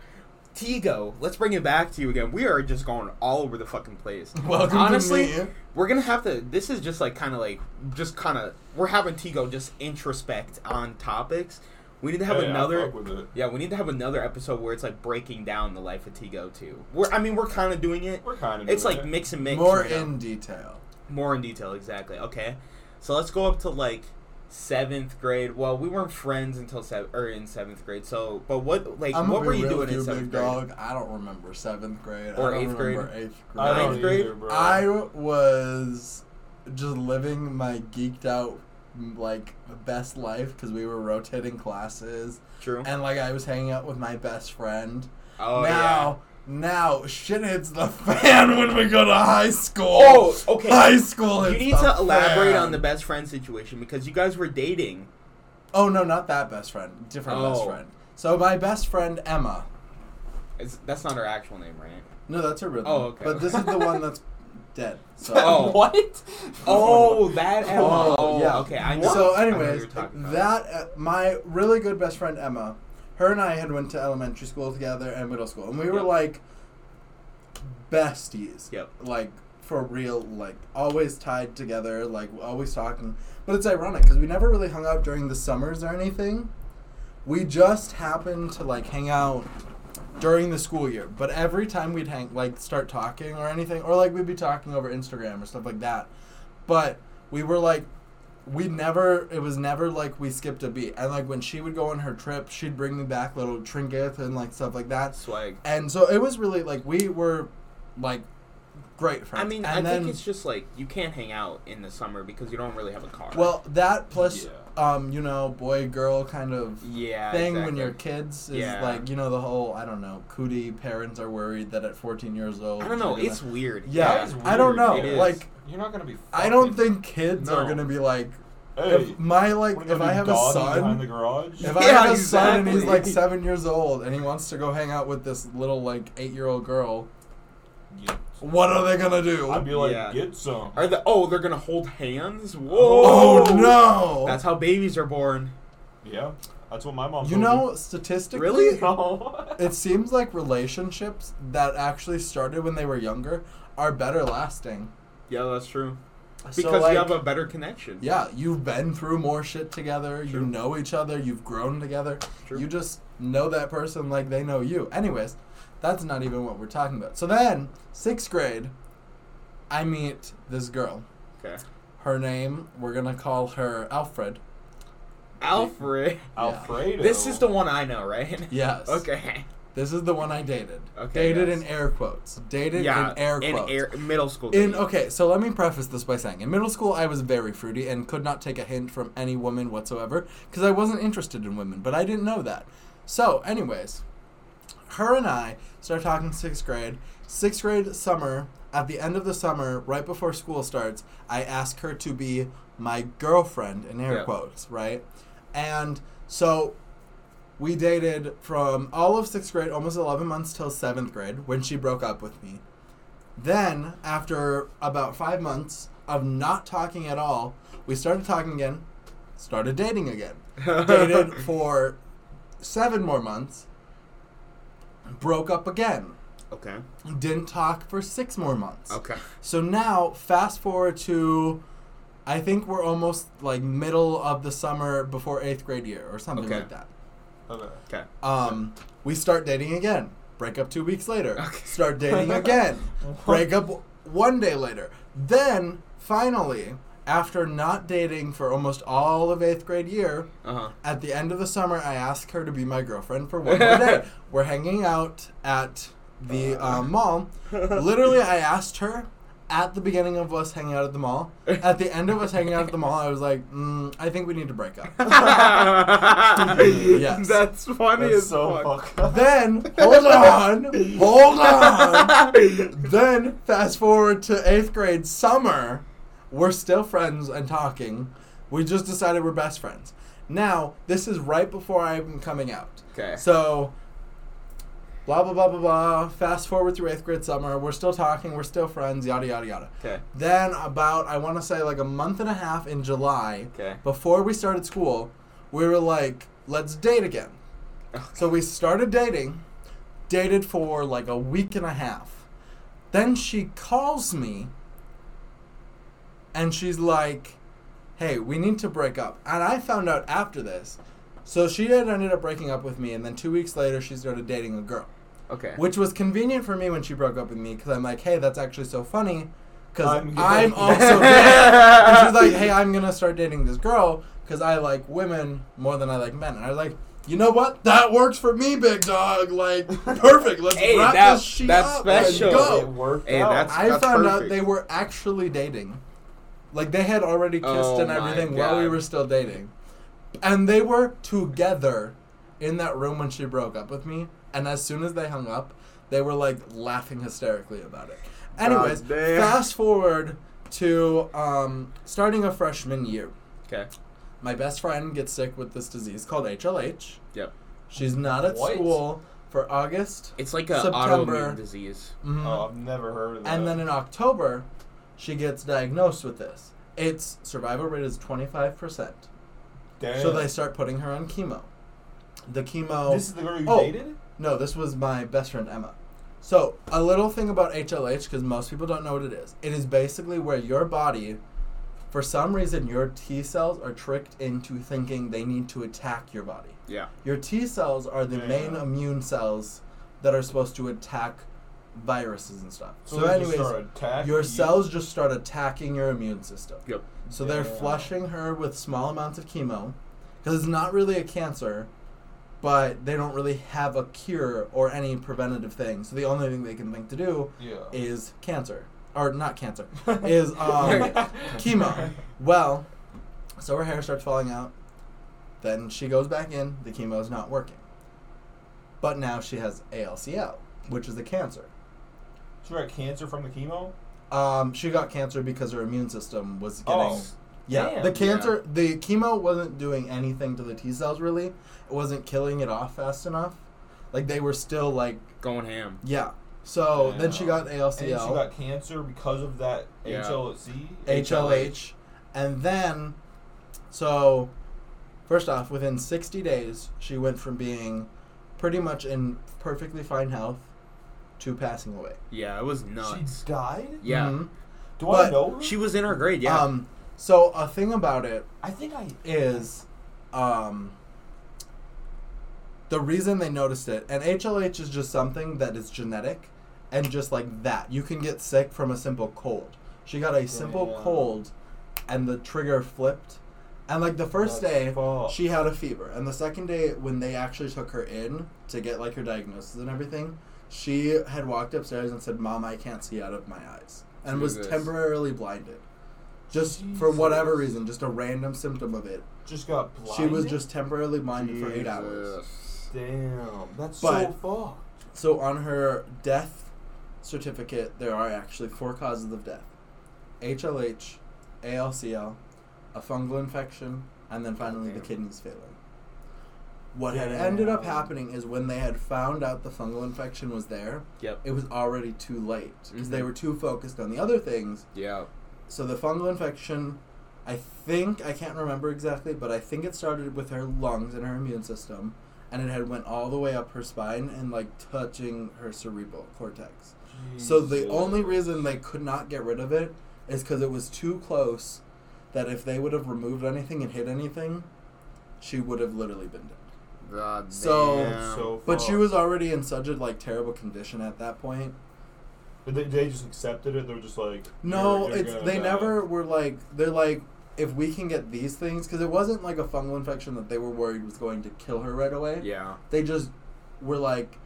A: Tigo, let's bring it back to you again. We are just going all over the fucking place.
C: Welcome to
A: honestly,
C: me.
A: we're gonna have to. This is just like kind of like just kind of we're having Tigo just introspect on topics. We need to have
B: Hey, I
A: another.
B: fuck with it.
A: Yeah, we need to have another episode where it's like breaking down the life of Tigo too. We're, I mean, we're kind of doing it.
B: We're kind of.
A: It's
B: doing
A: like
B: it.
A: mix and mix.
C: More
A: right now.
C: in detail.
A: more in detail, exactly. Okay, so let's go up to like seventh grade. Well, we weren't friends until seven or in seventh grade. So, but what like
C: I'm
A: what
C: gonna
A: were
C: be
A: you
C: real
A: doing
C: with
A: in
C: you,
A: seventh
C: big
A: grade?
C: dog. I don't remember seventh grade
A: Or
C: I don't
A: eighth grade?
C: remember Eighth grade.
B: I don't
A: Ninth grade?
B: either, bro.
C: I was just living my geeked out m- like best life because we were rotating classes
A: True.
C: and like I was hanging out with my best friend.
A: Oh yeah.
C: now, now shit hits the fan when we go to high school.
A: Oh, okay.
C: High school.
A: You
C: hits
A: need to
C: the
A: elaborate
C: fan.
A: on the best friend situation because you guys were dating.
C: Oh no, not that best friend. Different best
A: Oh.
C: friend. So my best friend Emma.
A: It's, that's not her actual name, right?
C: No, that's her real name.
A: Oh, okay.
C: But this is the one that's dead. So.
A: Oh.
D: what?
A: Oh, that Emma.
C: Oh,
A: Oh,
C: yeah.
A: Okay, I know.
C: So,
A: I know who
C: anyways,
A: you're talking about.
C: that uh, my really good best friend Emma, her and I had went to elementary school together and middle school, and we were
A: Yep.
C: like besties.
A: Yep.
C: Like for real, like always tied together, like always talking. But it's ironic because we never really hung out during the summers or anything. We just happened to like hang out during the school year. But every time we'd hang, like, start talking or anything, or like we'd be talking over Instagram or stuff like that. But we were like, we never, it was never like we skipped a beat. And like when she would go on her trip, she'd bring me back little trinkets and like stuff like that.
A: swag.
C: And so it was really like we were like great friends.
A: I mean,
C: and
A: I
C: then,
A: think it's just like you can't hang out in the summer because you don't really have a car.
C: well, that plus,
B: Yeah.
C: um, you know, boy girl kind of
A: yeah,
C: thing
A: exactly.
C: when you're kids is
A: Yeah.
C: like you know the whole I don't know cootie parents are worried that at 14 years old
A: I don't know.
C: you're gonna-
A: It's weird.
C: Yeah,
B: That is
C: I don't
B: weird.
C: know,
B: It is.
C: like,
B: you're not gonna be.
C: I don't
B: fucking-
C: think kids are
B: No.
C: gonna be like
B: Hey,
C: if my like
B: what are you
C: if
B: gonna
C: I
B: do,
C: have a
B: doggy behind the
C: son
B: garage.
C: if I
A: Yeah,
C: have a son and he's
A: exactly.
C: like seven years old and he wants to go hang out with this little like eight year old girl
B: Yeah.
C: what are they gonna do
B: I'd be like,
A: Yeah.
B: get some.
A: Are the oh they're gonna hold hands? Whoa!
C: oh no
A: That's how babies are born.
B: Yeah, that's what my mom.
C: you
B: told
C: know
B: me.
C: statistically
A: Really?
B: No.
C: it seems like relationships that actually started when they were younger are better lasting
A: Yeah, that's true.
C: So,
A: Because
C: like-
A: you have a better connection.
C: Yeah, you've been through more shit together. You
A: True.
C: know each other. You've grown together.
A: True.
C: You just know that person like they know you. Anyways, that's not even what we're talking about. So then, sixth grade, I meet this girl.
A: Okay.
C: Her name, we're going to call her Alfred.
A: Alfred.
B: Alfredo.
A: This is the one I know, right?
C: Yes.
A: Okay.
C: This is the one I dated.
A: Okay,
C: Dated
A: yes.
C: in air quotes. Dated
A: Yeah.
C: in air quotes.
A: middle school.
C: In
A: days.
C: okay, so let me preface this by saying, in middle school, I was very fruity and could not take a hint from any woman whatsoever because I wasn't interested in women, but I didn't know that. So, anyways, her and I start talking sixth grade. Sixth grade summer, at the end of the summer, right before school starts, I ask her to be my girlfriend in air
A: Yeah.
C: quotes, right? And so we dated from all of sixth grade, almost 11 months till seventh grade, when she broke up with me. Then, after about five months of not talking at all, we started talking again, started dating again. dated for seven more months, broke up again,
A: Okay.
C: didn't talk for six more months.
A: Okay.
C: So now, fast forward to, I think we're almost like middle of the summer before eighth grade year or something
A: Okay.
C: like that.
B: Okay.
A: Okay.
C: Um, we start dating again. Break up two weeks later.
A: Okay.
C: Start dating again. Break up w- one day later. Then finally, after not dating for almost all of eighth grade year,
A: Uh huh.
C: at the end of the summer, I asked her to be my girlfriend for one more day. We're hanging out at the uh, mall. Literally, I asked her at the beginning of us hanging out at the mall. At the end of us hanging out at the mall, I was like, mm, I think we need to break up. Yes.
A: That's funny
B: That's
A: as
B: so
A: fuck.
B: fuck. up.
C: Then hold on, hold on. Then fast forward to eighth grade summer, we're still friends and talking. We just decided we're best friends. Now this is right before I'm coming out.
A: Okay.
C: So, blah blah blah blah blah. Fast forward through eighth grade summer, we're still talking, we're still friends, yada yada yada.
A: Okay.
C: Then about I want to say like a month and a half in July,
A: Okay.
C: before we started school, we were like, let's date again. So we started dating, dated for like a week and a half. Then she calls me and she's like, hey, we need to break up. And I found out after this. So she had ended up breaking up with me, and then two weeks later, she started dating a girl,
A: Okay.
C: which was convenient for me when she broke up with me because I'm like, hey, that's actually so funny because
B: I'm
C: I'm,
B: gay.
C: also gay. and she's like, hey, I'm going to start dating this girl. because I like women more than I like men, and I was like, you know what? That works for me, big dog. Like perfect. Let's
A: Hey,
C: wrap
A: that-
C: this shit
A: that's
C: up
A: special.
C: and
B: It
C: go.
B: worked
A: Hey,
B: out.
A: that's-
C: I found out
A: perfect.
C: they were actually dating. Like they had already kissed
A: Oh
C: and
A: my
C: everything while we
A: God.
C: were still dating. And they were together in that room when she broke up with me. And as soon as they hung up, they were like laughing hysterically about it. Anyways,
A: God damn.
C: fast forward to um, starting a freshman year.
A: Okay.
C: My best friend gets sick with this disease called HLH.
A: Yep.
C: She's not at
B: What?
C: school for August.
A: It's like a
C: September.
A: autoimmune disease.
C: Mhm.
B: Oh, I've never heard of that.
C: And then in October, she gets diagnosed with this. Its survival rate is 25%.
B: Damn.
C: So they start putting her on chemo. The chemo.
B: This is the girl you
C: Oh.
B: dated?
C: no, this was my best friend Emma. So, a little thing about HLH, because most people don't know what it is. It is basically where your body, for some reason, your T cells are tricked into thinking they need to attack your body.
A: Yeah.
C: Your T cells are the
B: Yeah.
C: main immune cells that are supposed to attack viruses and stuff. So,
B: they just
C: anyways,
B: start attacking
C: your
B: you.
C: cells just start attacking your immune system.
A: Yep.
C: So they're
B: Yeah.
C: flushing her with small amounts of chemo because it's not really a cancer, but they don't really have a cure or any preventative thing. So the only thing they can think to do
B: Yeah.
C: is cancer. Or not cancer, is um, chemo. Well, so her hair starts falling out. Then she goes back in. The chemo is not working. But now she has ALCL, which is a cancer.
B: She got cancer from the chemo?
C: Um, she got cancer because her immune system was getting.
B: Oh.
C: yeah,
B: Damn.
C: the cancer, the chemo wasn't doing anything to the T cells really. It wasn't killing it off fast enough. Like they were still like,
A: Going ham.
C: yeah. So then she
B: Wow.
C: got
B: And then she
C: ALCL,
B: got cancer because of that
A: Yeah.
B: HLC?
C: HLH, and then, so, first off, within 60 days, she went from being pretty much in perfectly fine health to passing away.
A: Yeah, it was nuts.
B: She died?
A: yeah.
C: Mhm.
B: Do I
C: But
B: know her?
A: She was in her grade, yeah.
C: Um. So a thing about it
B: I think I.
C: is um, the reason they noticed it, and HLH is just something that is genetic, and just like that, you can get sick from a simple cold. She got a simple
B: Damn.
C: cold, and the trigger flipped, and like the first
B: That's
C: day
B: fucked.
C: she had a fever, and the second day when they actually took her in to get like her diagnosis and everything, she had walked upstairs and said, "Mom, I can't see out of my eyes," and was
A: Jesus.
C: temporarily blinded. Just for whatever
B: Jesus.
C: reason, just a random symptom of it.
B: Just got blinded.
C: She was just temporarily blinded for eight hours.
A: Jesus.
B: Damn. That's
C: But-
B: so
C: So on her death certificate, there are actually four causes of death: HLH, ALCL, a fungal infection, and then finally the
A: Goddamn.
C: kidneys failing. What had ended up happening is when they had found out the fungal infection was there,
A: Yep.
C: it was already too late because they
A: Mhm.
C: were too focused on the other things
A: Yeah.
C: so the fungal infection, I think I can't remember exactly, but I think it started with her lungs and her immune system, and it had went all the way up her spine and like touching her cerebral cortex.
B: fucked.
C: So the
B: Jesus.
C: only reason they could not get rid of it is because it was too close. That if they would have removed anything and hit anything, she would have literally been dead.
A: God
C: So-
A: damn.
B: So
C: But she
B: fucked.
C: was already in such a like terrible condition at that point.
B: But they, they just accepted it. They were just like.
C: No,
B: "You're- you're
C: it's
B: gonna
C: they
B: die."
C: never were like they're like if we can get these things because it wasn't like a fungal infection that they were worried was going to kill her right away.
A: yeah.
C: They just were like,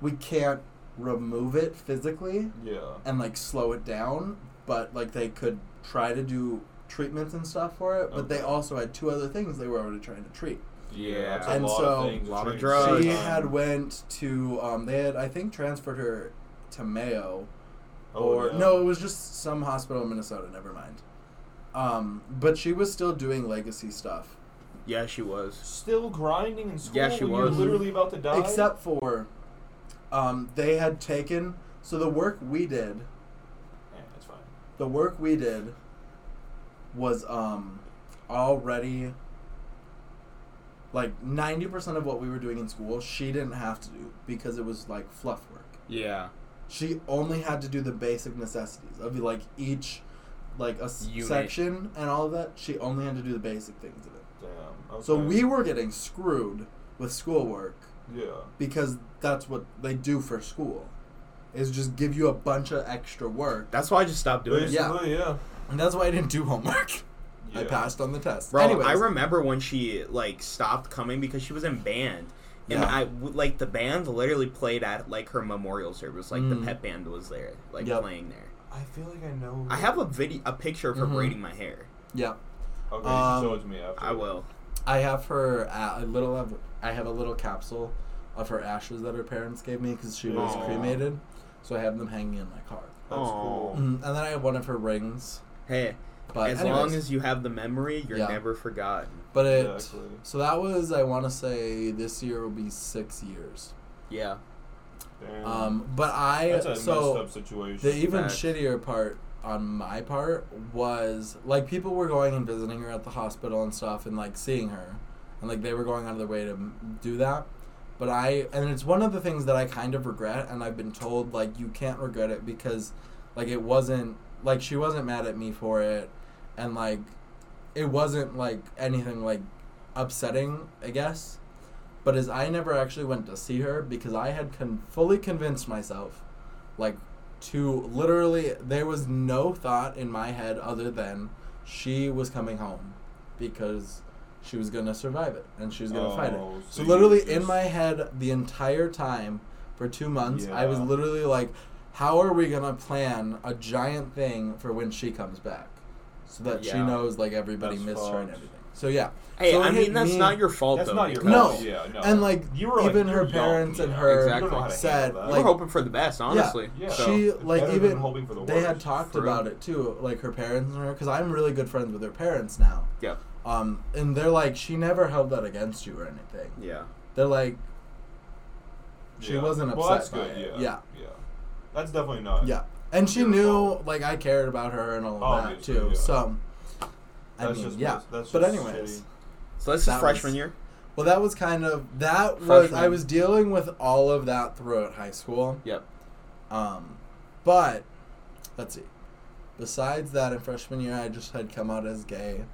C: we can't remove it physically
B: Yeah.
C: and like slow it down, but like they could try to do treatments and stuff for it. But they
B: Okay.
C: also had two other things they were already trying to treat.
A: Yeah.
B: that's a
C: And
B: lot
C: so-
B: of things
A: Lot of
B: She-
A: drugs.
C: She
A: Um,
C: had went to um, they had I think transferred her to Mayo.
B: Oh,
C: or
B: yeah.
C: no, it was just some hospital in Minnesota. Never mind. Um, but she was still doing legacy stuff,
A: Yeah, she was.
B: Still grinding in school.
A: Yeah, she
B: when
A: was.
B: You're literally about to die.
C: except for um, they had taken. So the work we did,
B: Yeah, that's fine.
C: the work we did, was um, already like ninety percent of what we were doing in school. She didn't have to do because it was like fluff work.
A: Yeah.
C: She only had to do the basic necessities of like each, like a s-
A: Unit.
C: section and all of that. She only had to do the basic things of it.
B: Damn. Okay.
C: So we were getting screwed with schoolwork
B: Yeah.
C: because that's what they do for school, is just give you a bunch of extra work.
A: That's why I just stopped doing it.
B: Basically, yeah.
C: And that's why I didn't do homework.
B: Yeah.
C: I
B: Yeah.
C: passed on the test.
A: Bro,
C: Anyways,
A: I remember when she like stopped coming because she was in band, and
C: Yeah.
A: I w- like the band literally played at like her memorial service. Like
C: Mm.
A: the pet band was there, like
C: Yep.
A: playing there.
B: I feel like I know.
A: I have a video, a picture of her
C: Mhm.
A: braiding my hair.
C: yeah,
B: Okay,
C: um,
B: you show it to me after.
A: I will.
C: I have her uh, a a little. Of, I have a little capsule of her ashes that her parents gave me because she was
A: Aw.
C: cremated, so I have them hanging in my car.
B: That's
A: Aw.
B: cool.
C: Mhm, And then I have one of her rings.
A: Hey,
C: But
A: as
C: anyways,
A: long as you have the memory, you're
C: Yeah.
A: never forgotten.
C: but it
B: Exactly.
C: so that was I want to say this year will be six years.
A: Yeah.
B: Damn.
C: Um, but I
B: That's a
C: so
B: messed up situation.
C: The even
A: Facts.
C: shittier part on my part was like people were going and visiting her at the hospital and stuff and like seeing her and like they were going out of their way to m- do that but i and it's one of the things that i kind of regret and i've been told like you can't regret it because like it wasn't like she wasn't mad at me for it and like it wasn't like anything like upsetting i guess but as i never actually went to see her because i had con- fully convinced myself like to literally there was no thought in my head other than she was coming home because she was gonna survive it and she was gonna fight it
B: Oh,
C: so
B: you
C: literally in
B: just-
C: my head the entire time for two months i was
B: Yeah.
C: literally like how are we gonna plan a giant thing for when she comes back so that she
A: Yeah.
C: knows like everybody
B: That's
C: missed her and
B: fucked.
C: everything so yeah
A: Hey,
C: So it
A: I
C: hit
A: mean that's
C: me-
A: not your fault
B: That's
A: though.
B: not your
C: No.
B: fault. Yeah, no.
C: and like
B: you were like,
C: even
B: you're
C: her
B: young,
C: parents
B: you
C: and
B: know,
C: her
B: you don't know how to
C: said,
B: handle that.
A: We're
C: like-
A: hoping for the best, honestly.
B: Yeah.
A: So,
C: she
B: It's
C: like
B: better than
C: even
B: hoping for the
C: they had
B: worst.
C: talked
A: True.
C: about it too like her parents and her because i'm really good friends with her parents now
A: yeah,
C: um and they're like she never held that against you or anything
A: yeah.
C: they're like she
B: Yeah.
C: wasn't
B: Well, that's
C: upset by
B: good.
C: it.
B: Yeah. Yeah. That's definitely not.
C: Yeah, and she
B: Your
C: knew
B: fault.
C: like I cared about her and all of
B: Obviously,
C: that too.
B: Oh, yeah.
C: So, I
B: That's
C: mean,
B: just
C: yeah.
B: mess- that's
C: but
B: just
C: anyways,
B: shitty.
A: So this is
C: That was-
A: freshman year.
C: well, that was kind of that was
A: Freshman.
C: I was dealing with all of that throughout high school.
A: Yep.
C: Um, but let's see. Besides that, in freshman year, I just had come out as gay,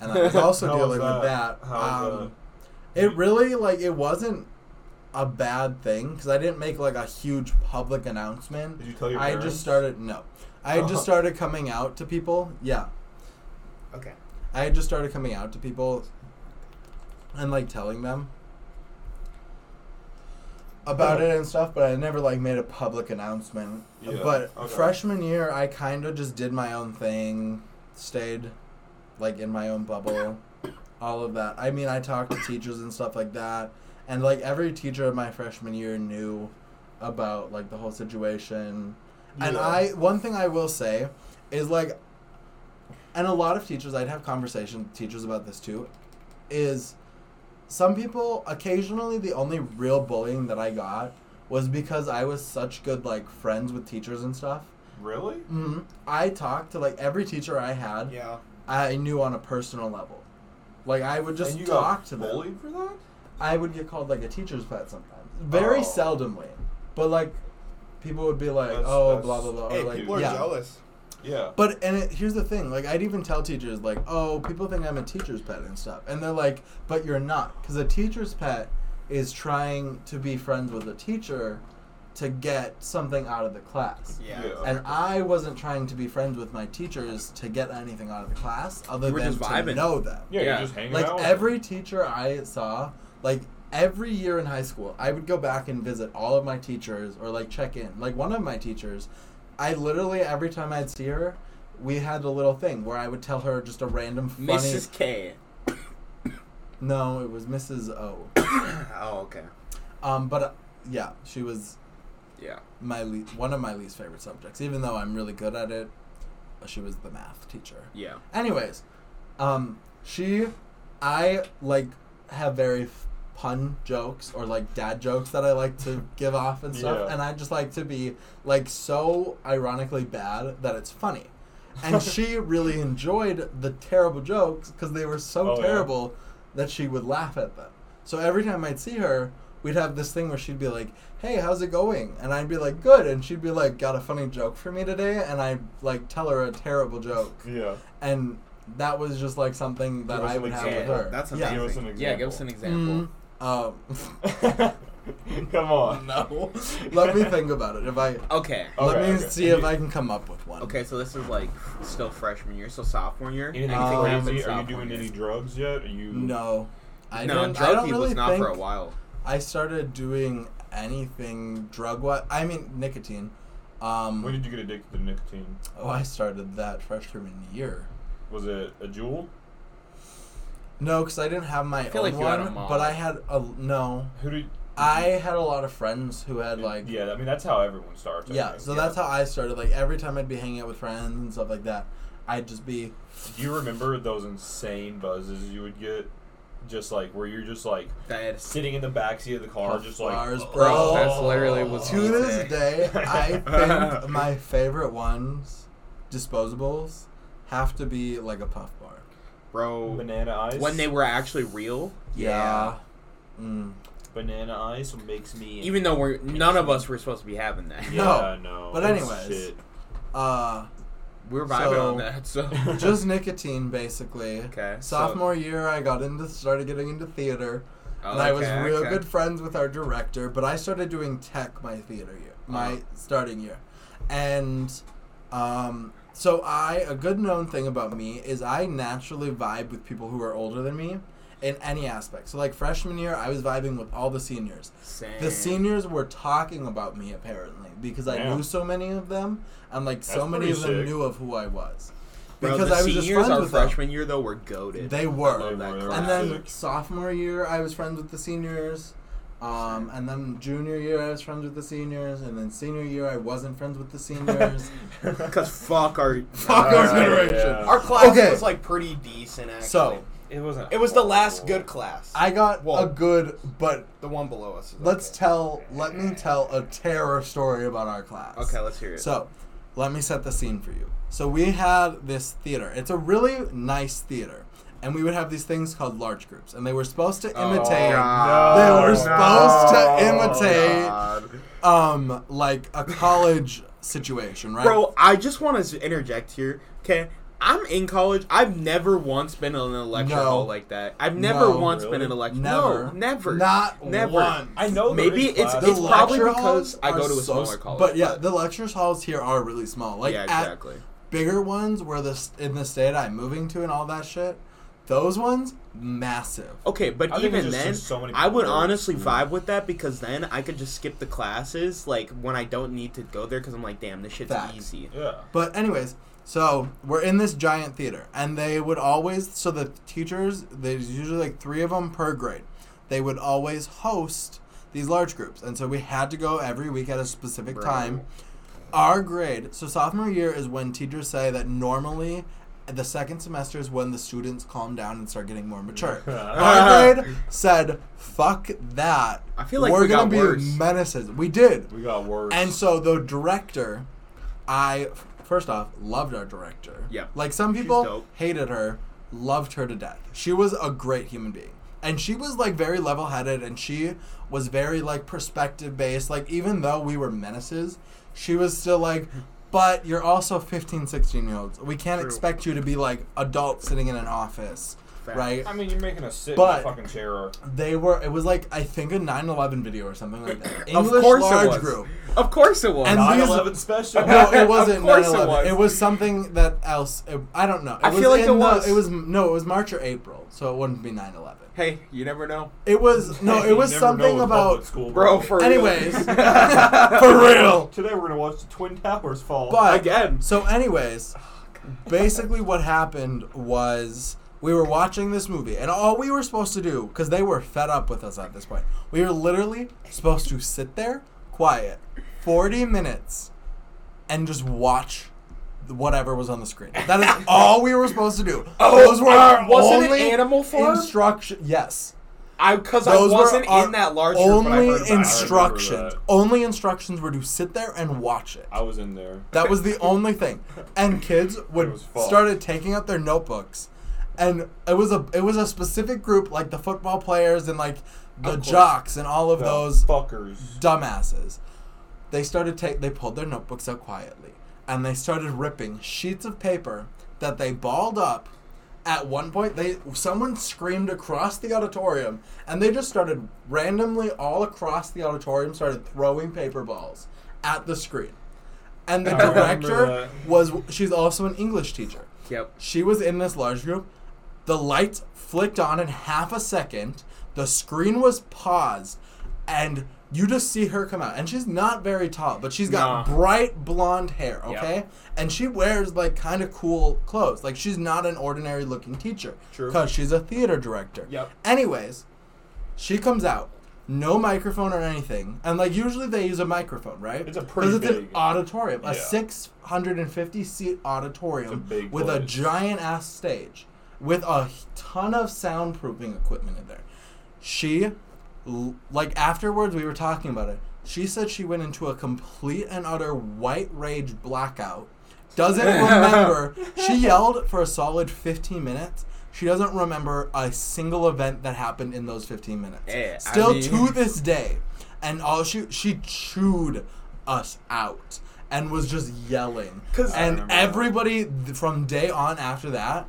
C: and I was also
B: How was
C: dealing with that.
B: that? How was
C: um,
B: that?
C: It really like it wasn't a bad thing because I didn't make like a huge public announcement.
B: Did you tell your
C: I
B: parents?
C: just started no. I had just
B: Oh.
C: started coming out to people. Yeah.
A: Okay.
C: I had just started coming out to people and like telling them about it and stuff, but I never like made a public announcement.
B: Yeah,
C: But
B: okay.
C: freshman year I kind of just did my own thing, stayed like in my own bubble, all of that. I mean, I talked to teachers and stuff like that, and like every teacher of my freshman year knew about like the whole situation. And
B: Yeah.
C: I one thing I will say is like and a lot of teachers I'd have conversations with teachers about this too is some people occasionally the only real bullying that I got was because I was such good like friends with teachers and stuff.
B: Really?
C: hmm I talked to like every teacher I had.
A: Yeah.
C: I knew on a personal level. Like I would just
B: and you
C: talk
B: got
C: to them.
B: bullied for that?
C: I would get called like a teacher's pet sometimes. Very
B: Oh.
C: seldomly. But like people would be like,
B: That's-
C: "Oh,
B: that's-
C: blah blah blah," or
B: Hey,
C: like,
B: people are
C: "Yeah."
D: jealous.
B: Yeah.
C: But and it, here's the thing, like I'd even tell teachers like, "Oh, people think I'm a teacher's pet and stuff," and they're like, "But you're not, because a teacher's pet is trying to be friends with a teacher to get something out of the class."
A: Yeah.
B: Yeah.
C: And I wasn't trying to be friends with my teachers to get anything out of the class, other
A: You were
C: than
A: just
C: to
A: vibing.
C: know them.
B: yeah,
A: Yeah.
B: You're just hanging
C: Like
B: out. with
C: every teacher I saw, like every year in high school, I would go back and visit all of my teachers or like check in. Like one of my teachers, I literally every time I'd see her, we had a little thing where I would tell her just a random funny.
A: Mrs. K.
C: No, it was Mrs. O.
A: Oh, okay.
C: Um, but uh, yeah, she was
A: Yeah.
C: my le- one of my least favorite subjects. Even though I'm really good at it, she was the math teacher.
A: Yeah.
C: Anyways, um, she, I like have very f- pun jokes or like dad jokes that I like to give off and stuff,
B: Yeah.
C: and I just like to be like so ironically bad that it's funny. And she really enjoyed the terrible jokes because they were so
B: Oh, yeah.
C: terrible that she would laugh at them. So every time I'd see her, we'd have this thing where she'd be like, "Hey, how's it going?" and I'd be like, "Good," and she'd be like, "Got a funny joke for me today?" and I'd like tell her a terrible joke
B: Yeah.
C: and that was just like something that
B: Give us
C: I
B: an
C: would have
B: example.
C: with her.
A: That's
C: yeah.
A: amazing.
B: Give us an
A: Yeah, give us an
B: example.
A: example.
C: Mm, um,
B: Come on.
C: No. Let me think about it. If I
A: Okay.
C: let
B: Okay,
C: me
B: okay.
C: see if I can come up with one.
A: Okay, so this is like still freshman year, so sophomore year.
B: Anything
C: Um,
B: crazy? Are you
A: sophomore
B: doing
A: year.
B: any drugs yet? Are you
C: No. I
A: no,
C: don't,
A: drug
C: I don't
A: he
C: really
A: was not
C: think
A: for a while.
C: I started doing anything drug wise. I mean nicotine. Um,
B: When did you get addicted to nicotine?
C: oh, I started that freshman year.
B: Was it a jewel?
C: No, because I didn't have my
A: I feel
C: own
A: like you had a
C: one,
A: mom.
C: but I had a no.
B: Who did?
C: I had a lot of friends who had like
B: yeah, I mean that's how everyone starts. I
C: yeah.
B: think.
C: So that's how I started. Like every time I'd be hanging out with friends and stuff like that, I'd just be
B: Do you remember those insane buzzes you would get? Just like where you're just like
A: That
B: sitting in the back seat of the car,
C: Puff
B: just like
C: bars,
B: "Oh."
C: bro.
A: That's literally what's-
C: to this day. I think my favorite ones, disposables, have to be like a puff bar.
A: bro,
B: oh, banana ice.
A: when they were actually real.
C: Yeah. Mm.
B: banana ice makes me
A: Even though we're none of us were supposed to be having that.
B: yeah, no.
C: But
B: it's
C: anyways.
B: shit.
C: Uh,
A: We were vibing
C: So-
A: on that, so
C: just nicotine basically.
A: Okay, so-
C: Sophomore year, I got into started getting into theater. and I was
A: Okay,
C: real
A: okay.
C: good friends with our director, but I started doing tech my theater year, my
B: Oh.
A: Uh-huh.
C: starting year. And um, so I a good known thing about me is I naturally vibe with people who are older than me in any aspect. So like freshman year, I was vibing with all the seniors.
A: Same.
C: The seniors were talking about me apparently because I
B: Yeah.
C: knew so many of them, and like so
B: That's
C: many
B: pretty
C: of them
B: sick.
C: knew of who I was.
A: Bro,
C: Because
A: the
C: I was just
A: seniors
C: friends
A: our
C: with them.
A: freshman year though were goaded.
C: They were.
A: love that
B: They were.
A: class.
C: And
B: Classic.
C: then sophomore year, I was friends with the seniors. Um, and then junior year, I was friends with the seniors. And then senior year, I wasn't friends with the seniors.
A: Cause fuck our
C: Fuck
B: our
A: Uh,
B: generation.
A: yeah. Our class
C: Okay.
A: was like pretty decent actually.
C: So-
B: It wasn't.
A: it was the last
B: horrible.
A: good class.
C: I got
A: Whoa.
C: a good, but
A: the one below us. Is
C: let's
A: okay.
C: tell, let me tell a terror story about our class.
A: Okay, let's hear it.
C: So, let me set the scene for you. So, we had this theater. It's a really nice theater. And we would have these things called large groups. And they were supposed to imitate.
A: Oh, God.
C: They
A: Oh,
C: were
A: no.
C: supposed to imitate
A: God.
C: um like a college situation, right?
A: Bro, I just want to interject here. Okay, I'm in college. I've never once been in a lecture
C: No.
A: hall like that. I've never
C: No.
A: once been
B: Really?
A: in a lecture.
C: never,
A: No, never.
C: not
A: Never.
C: One.
B: I know. there
A: Maybe
B: is
A: it's-
B: classes-
A: it's
B: The
A: probably
C: lecture
A: because
C: halls
A: I go
C: are
A: to a smaller
C: s-
A: college,
C: But yeah,
A: but-
C: the lectures halls here are really small. Like
A: yeah,
C: at
A: exactly.
C: bigger ones where the st- in the state I'm moving to and all that shit, those ones massive.
A: Okay, but
B: I think
A: even
B: it's just
A: then,
B: so many
A: I would
B: people.
A: honestly vibe with that because then I could just skip the classes, like when I don't need to go there, because I'm like, damn, this shit's
C: Facts.
A: easy.
B: Yeah.
C: But anyways, so we're in this giant theater, and they would always so the teachers there's usually like three of them per grade. They would always host these large groups, and so we had to go every week at a specific
A: Bro.
C: time. Our grade, so sophomore year is when teachers say that normally the second semester is when the students calm down and start getting more mature. Our grade said, "Fuck that."
A: I feel like
C: we're
A: we
C: gonna
A: got
C: be
A: worse.
C: menaces. We did.
B: We got worse.
C: And so the director, I first off loved our director.
A: Yeah.
C: Like some
A: dope.
C: people hated her, loved her to death. She was a great human being. And she was like very level headed and she was very like perspective based. Like even though we were menaces, she was still like but you're also 15, 16 year olds. We can't
A: True.
C: expect you to be like adult sitting in an office,
A: Fact.
C: right?
B: I mean, you're making us sit
C: But-
B: in a fucking chair.
C: They were. It was like I think a 9/11 video or something like that.
A: Of
C: English
A: course it
C: large
A: was.
C: group.
A: Of course it was.
C: And
B: 9/11 special.
C: No, it
A: Of
C: wasn't 9
A: course it
C: 11. It was.
A: was.
C: something that else. It, I don't know. It
A: I feel like
C: in
A: it was.
C: It was no. It was March or April, so it wouldn't be 9 11.
A: hey, you never know,
C: It was no. It
B: You
C: was
B: never know
C: something
B: with
C: about
B: public school,
A: bro. For real.
C: Anyways. for real.
B: Today we're gonna watch the Twin Towers fall.
C: But
A: Again.
C: so anyways, basically what happened was we were watching this movie, and all we were supposed to do because they were fed up with us at this point. We were literally supposed to sit there, quiet, forty minutes, and just watch. Whatever was on the screen. That is all we were supposed to do.
A: Oh,
C: Those were our
A: uh, wasn't it
C: only
A: Animal Farm?
C: Instruction. Yes,
A: I because I
C: those
A: wasn't
C: were our
A: in that large group, but I
C: only
A: heard about it.
C: instructions.
B: that.
C: Only instructions were to sit there and watch it.
B: I was in there.
C: That was the only thing. And kids
B: It
C: would
B: was fun.
C: started taking out their notebooks. And it was a it was a specific group like the football players and like the
A: course.
C: jocks and all of
B: The
C: those
B: fuckers.
C: dumbasses. They started take they pulled their notebooks out quietly and they started ripping sheets of paper that they balled up at one point they someone screamed across the auditorium and they just started randomly all across the auditorium started throwing paper balls at the screen. And the
B: I remember
C: director
B: that.
C: was she's also an English teacher.
A: Yep.
C: She was in this large group. The lights flicked on in half a second. The screen was paused, and you just see her come out. And she's not very tall, but she's got
A: Nah.
C: bright blonde hair,
A: Yep.
C: okay? And she wears like kind of cool clothes. Like she's not an ordinary looking teacher.
A: True.
C: Because she's a theater director.
A: Yep.
C: Anyways, she comes out. No microphone or anything. And like usually they use a microphone, right?
B: It's a pretty
C: 'Cause it's an
B: big-
C: auditorium, a
B: Yeah.
C: 650 seat auditorium
B: It's a big
C: with a
B: place.
C: giant ass stage with a h- ton of soundproofing equipment in there. She, l- like, afterwards we were talking about it. She said she went into a complete and utter white rage blackout. Doesn't remember. she yelled for a solid 15 minutes. She doesn't remember a single event that happened in those 15 minutes.
A: Yeah, I
C: Still
A: mean-
C: to this day. And all she she chewed us out and was just yelling.
A: 'Cause- I
C: and
B: remember that.
C: everybody th- from day on after that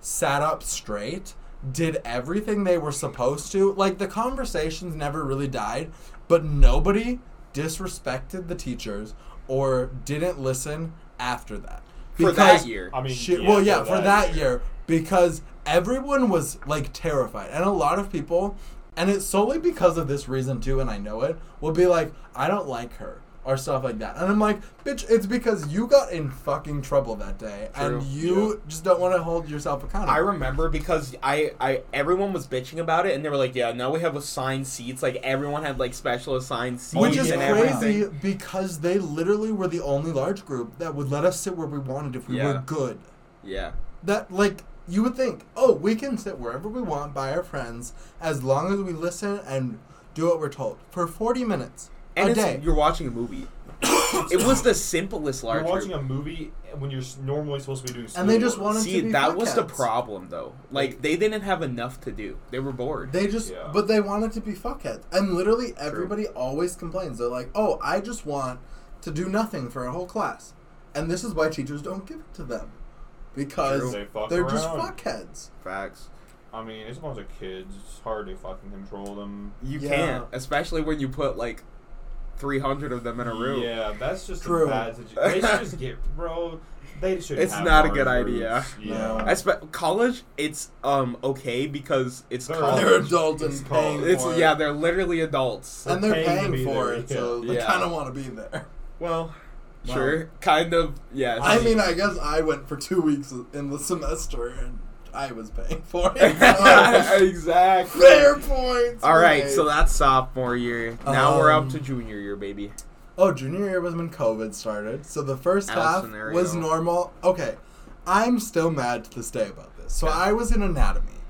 C: sat up straight, did everything they were supposed to. Like the conversations never really died, but nobody disrespected the teachers or didn't listen after that.
A: For that year.
B: I mean,
C: Shit. well, yeah, for that,
B: year.
C: year. because everyone was like terrified, and a lot of people, and it's solely because of this reason too, and I know it, will be like, I don't like her or stuff like that, and I'm like, bitch, it's because you got in fucking trouble that day, and
A: True.
C: you just don't want to hold yourself accountable.
A: I remember because I, I everyone was bitching about it and they were like, yeah, now we have assigned seats. Like everyone had like special assigned seats
C: Which is
A: and
C: crazy
A: everything.
C: because they literally were the only large group that would let us sit where we wanted if we were
A: Yeah.
C: good.
A: Yeah.
C: that like you would think oh we can sit wherever we want by our friends as long as we listen and do what we're told for 40 minutes
A: And
C: a
A: it's,
C: day
A: you're watching a movie. it was the simplest large
B: You're watching
A: group.
B: a movie when you're s- normally supposed to be doing.
C: And they just
B: schoolwork.
C: wanted-
A: See,
C: to be
A: that was the
C: fuckheads.
A: problem though. Like they didn't have enough to do. They were bored.
C: they just
B: Yeah.
C: but they wanted to be fuckheads and literally everybody always complains they're like oh i just want to do nothing for a whole class and this is why teachers don't give it to them because
B: True. They fuck
C: they're just
B: around.
C: fuckheads
A: Facts.
B: I mean, it's a bunch of kids. It's hard to fucking control them.
A: You
C: Yeah.
A: can't, especially when you put like 300 of them in a room.
B: Yeah, that's just
C: True.
B: a bad situation. They should just get bro. They should.
A: It's
B: have
A: not a good
B: large
A: idea.
B: groups.
C: No.
B: Yeah.
A: I spe- college, it's um okay because it's
B: They're
A: college.
C: they're adults and
B: It's
C: paying
B: called-
A: It's
C: for it.
A: yeah, they're literally adults.
C: and they're
B: They're paying to
C: paying
B: be
C: for
B: there,
C: it so
B: yeah.
C: they
A: Yeah.
C: kind of want to be there
A: Well,
C: Wow.
A: sure, kind of. Yes.
C: I mean, I guess I went for two weeks in the semester and I was paying for it. So,
A: exactly.
C: fair points.
A: All right,
C: made.
A: so that's sophomore year. Now we're up
C: Um,
A: to junior year, baby.
C: oh, junior year was when COVID started. So the first
A: Out
C: half
A: scenario.
C: was normal. Okay, I'm still mad to this day about this. So
A: Okay.
C: I was in anatomy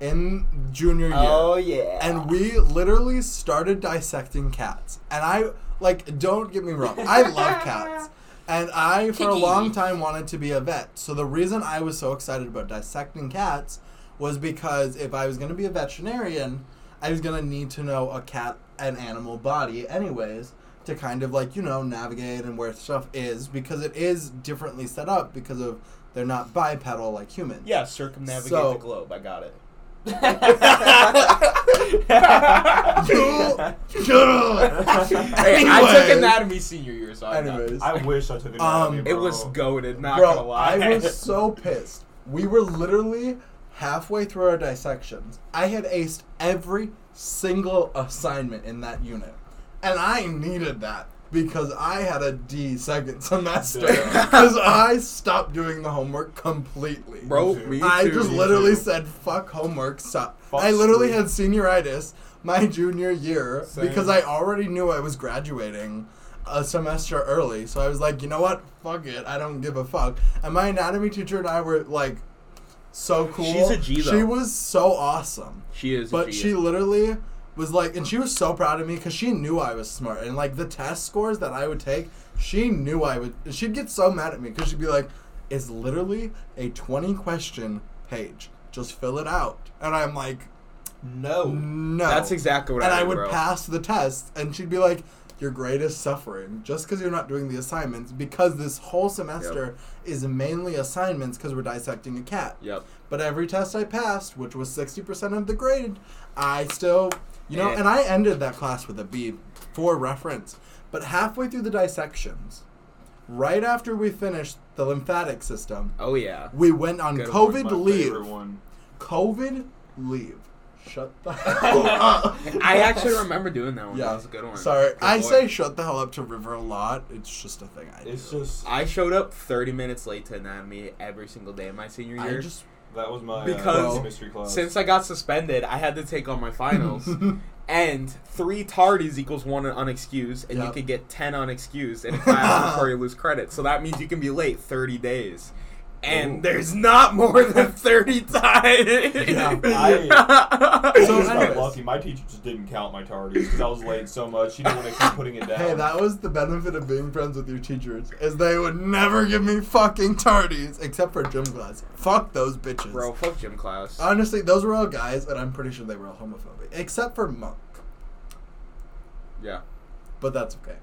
C: in junior year.
A: Oh, yeah.
C: and we literally started dissecting cats. And I like, don't get me wrong, I love cats. And I, for a long time, wanted to be a vet. So the reason I was so excited about dissecting cats was because if I was going to be a veterinarian, I was going to need to know a cat and animal body, anyways, to kind of like, you know, navigate and where stuff is because it is differently set up because of they're not bipedal like humans.
A: yeah, circumnavigate
C: So-
A: the globe. I got it. Hey, I took
C: Anyways.
A: anatomy senior year, so I know.
C: Anyways.
B: I wish I took it.
C: Um,
A: it was goaded. Not
C: Bro,
A: gonna lie.
C: I was so pissed. We were literally halfway through our dissections. I had aced every single assignment in that unit. And I needed that because I had a D second semester.
B: Yeah.
C: Because I stopped doing the homework completely.
A: Bro,
B: Me
A: me
C: I
A: too.
C: just
B: me
C: literally
B: too.
C: said, fuck homework, stop.
B: Fuck
C: I literally
B: school.
C: had senioritis my junior year
B: Same.
C: because I already knew I was graduating a semester early. So I was like, you know what? Fuck it. I don't give a fuck. And my anatomy teacher and I were like, so cool.
A: She's a G, though.
C: She was so awesome.
A: She is.
C: But
A: a
C: she
A: genius.
C: literally was like, and she was so proud of me because she knew I was smart. And like the test scores that I would take, she knew I would. She'd get so mad at me because she'd be like, "It's literally a twenty question page. Just fill it out." And I'm like,
B: no.
C: "No."
A: That's exactly what
C: And
A: I
C: I
A: did,
C: would
A: bro.
C: pass the test, and she'd be like, your greatest suffering just because you're not doing the assignments because this whole semester is mainly assignments because we're dissecting a cat.
A: Yep.
C: But every test I passed, which was 60% of the grade, I still, you know,
A: Eh.
C: and I ended that class with a B for reference. But halfway through the dissections, right after we finished the lymphatic system,
A: Oh yeah.
C: we went on
A: Good one,
C: COVID
B: My
C: leave.
B: favorite one.
C: COVID leave. Shut the hell up.
A: I actually remember doing that one.
C: Yeah.
A: That was a good one.
C: Sorry,
A: Good
C: I
A: boy.
C: say shut the hell up to River a lot. It's just a thing I do.
B: It's just
A: I showed up 30 minutes late to anatomy every single day of my senior
C: I
A: year.
C: just
B: that was my
A: Because
B: uh, mystery class.
A: Since I got suspended, I had to take on my finals. and three tardies equals one unexcused, and you
C: Yep.
A: could get 10 unexcused in a class before you lose credit. So that means you can be late 30 days. And
B: Ooh.
A: there's not more than 30 times.
C: Yeah,
B: I- I
C: So
B: just got
C: anyways.
B: lucky. My teacher just didn't count my tardies because I was late so much. She didn't want to keep putting it down.
C: Hey, that was the benefit of being friends with your teachers, is they would never give me fucking tardies except for gym class. Fuck those bitches.
A: Bro, fuck gym class.
C: Honestly, those were all guys, and I'm pretty sure they were all homophobic, except for Monk.
A: yeah.
C: But that's okay.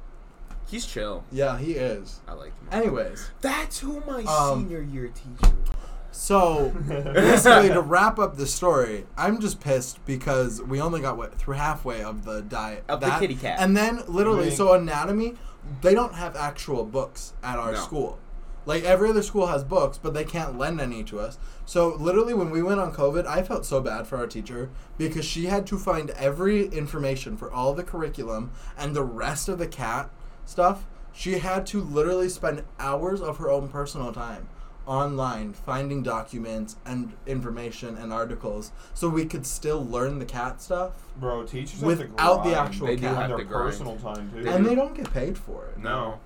A: He's chill.
C: Yeah, he is.
A: I like him.
C: Anyways,
A: That's who my
C: Um,
A: senior year teacher was.
C: so basically to wrap up the story, I'm just pissed because we only got what through halfway of the diet
A: Of the kitty cat.
C: and then literally
B: Right.
C: so anatomy, they don't have actual books at our
A: No.
C: school. Like every other school has books, but they can't lend any to us. So literally, when we went on COVID, I felt so bad for our teacher because she had to find every information for all the curriculum and the rest of the cat stuff. She had to literally spend hours of her own personal time online finding documents and information and articles so we could still learn the cat stuff.
B: Bro, teachers have
C: Without the
B: to grind.
C: actual
B: they
C: They do cat.
A: have
B: their
A: to grind.
B: personal time too.
A: They
C: and
A: do.
C: they don't get paid for it.
B: no,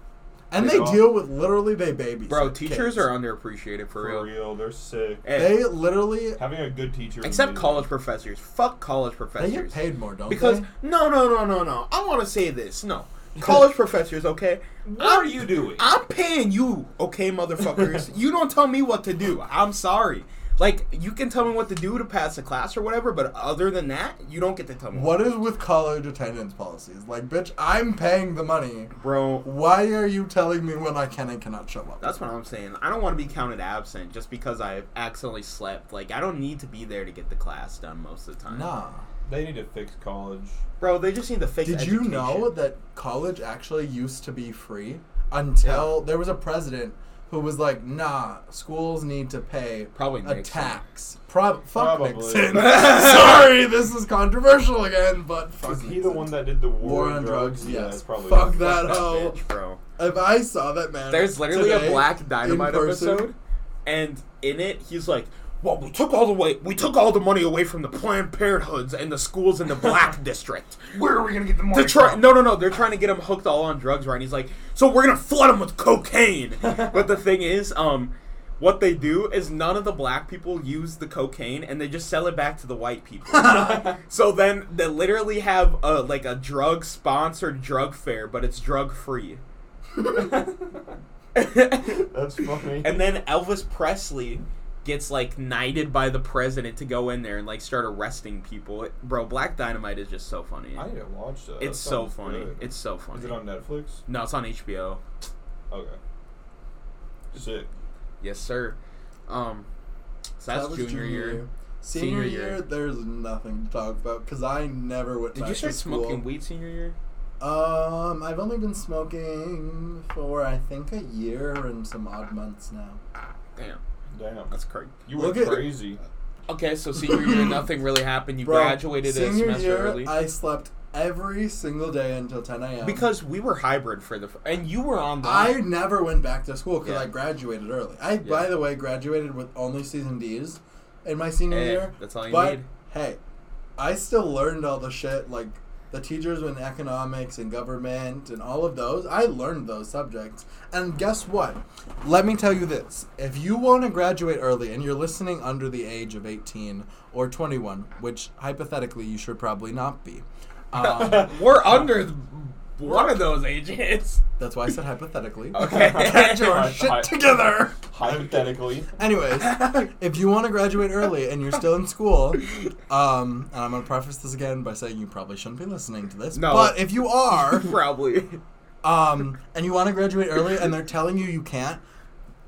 C: And
B: They
C: they,
B: don't.
C: deal with literally they babies.
A: Bro, teachers are underappreciated for,
B: for real.
A: real.
B: they're sick.
A: Hey,
C: They literally
B: Having a good teacher. is
A: except
B: amazing.
A: college professors. Fuck college
C: they get
A: professors.
C: paid more, don't
A: because
C: they?
A: no, no, no, no, no. I want to say this. No, college professors. Okay,
B: What
A: I'm-
B: are you doing?
A: I'm paying you. Okay, motherfuckers. you don't tell me what to do. I'm sorry. Like you can tell me what to do to pass a class or whatever, but other than that, you don't get to tell me.
C: What is with college attendance policies? Like, bitch, I'm paying the money.
A: bro?
C: Why are you telling me when I can and cannot show up?
A: That's what I'm saying. I don't want to be counted absent just because I accidentally slept. Like I don't need to be there to get the class done most of the time.
C: nah.
B: They need to fix college.
A: bro. They just need to fix.
C: Did you know
A: education.
C: that college actually used to be free until there was a president who was like, nah, schools need to pay
A: Probably
C: a
A: Nixon.
C: tax. Prob- fuck
B: Probably.
C: Nixon. Sorry, this is controversial again, but fuck
B: Is he
C: Nixon.
B: the one that did the war,
C: War
B: on
C: on
B: drugs?
C: drugs,
B: Yeah,
C: yes.
B: it's probably
C: Fuck
B: him.
C: that
A: That
D: oh.
C: hoe.
A: bitch, bro.
C: If I saw that man,
A: There's literally
C: today
A: a black
C: in
A: dynamite
C: person-
A: episode, and in it he's like, "Well, we took all the way, we took all the money away from the Planned Parenthoods and the schools in the black district.
D: Where are we gonna get the money?
A: They're try- no, no, no, they're trying to get him hooked all on drugs, right? And he's like, so we're gonna flood him with cocaine. but the thing is, um." What they do is none of the black people use the cocaine, and they just sell it back to the white people. so then they literally have a, like a drug sponsored drug fair, but it's drug free.
B: That's funny.
A: And then Elvis Presley gets like knighted by the president to go in there and like start arresting people. It- bro, Black Dynamite is just so funny.
B: I need to watch that.
A: it's
B: That
A: so
B: sounds
A: funny.
B: good.
A: It's so funny.
B: Is it on Netflix?
A: no, it's on HBO.
B: Okay. Sick.
A: Yes, sir. Um, so that's
C: That was
A: junior, year.
C: Senior,
A: Senior
C: year,
A: year.
C: there's nothing to talk about because I never went.
A: Did
C: back
A: you start
C: to school.
A: smoking weed senior year?
C: Um, I've only been smoking for I think a year and some odd months now.
A: Damn,
B: Damn.
A: that's crazy.
B: You
C: Look
B: went
C: at-
B: crazy.
A: Okay, so senior year, nothing really happened. You
C: Bro,
A: graduated a
C: senior
A: semester
C: year,
A: early.
C: I slept every single day until 10 a.m.
A: because we were hybrid for the, f- and you were on.
C: I never went back to school because
A: Yeah.
C: I graduated early. I, by the way, graduated with only season D's in my senior
A: Hey,
C: year.
A: that's all you
C: but,
A: need.
C: Hey, I still learned all the shit like the teachers in economics and government and all of those. I learned those subjects. And guess what? Let me tell you this: if you want to graduate early and you're listening under the age of 18 or 21, which hypothetically you should probably not be. Um,
A: we're under one of those agents.
C: That's why I said hypothetically.
A: Okay.
C: Get your
B: Hi- hi-
C: shit together.
B: Hypothetically,
C: Anyways, if you want to graduate early and you're still in school, um, and I'm gonna preface this again by saying you probably shouldn't be listening to this.
A: No.
C: But if you are,
A: Probably.
C: um, and you want to graduate early and they're telling you you can't,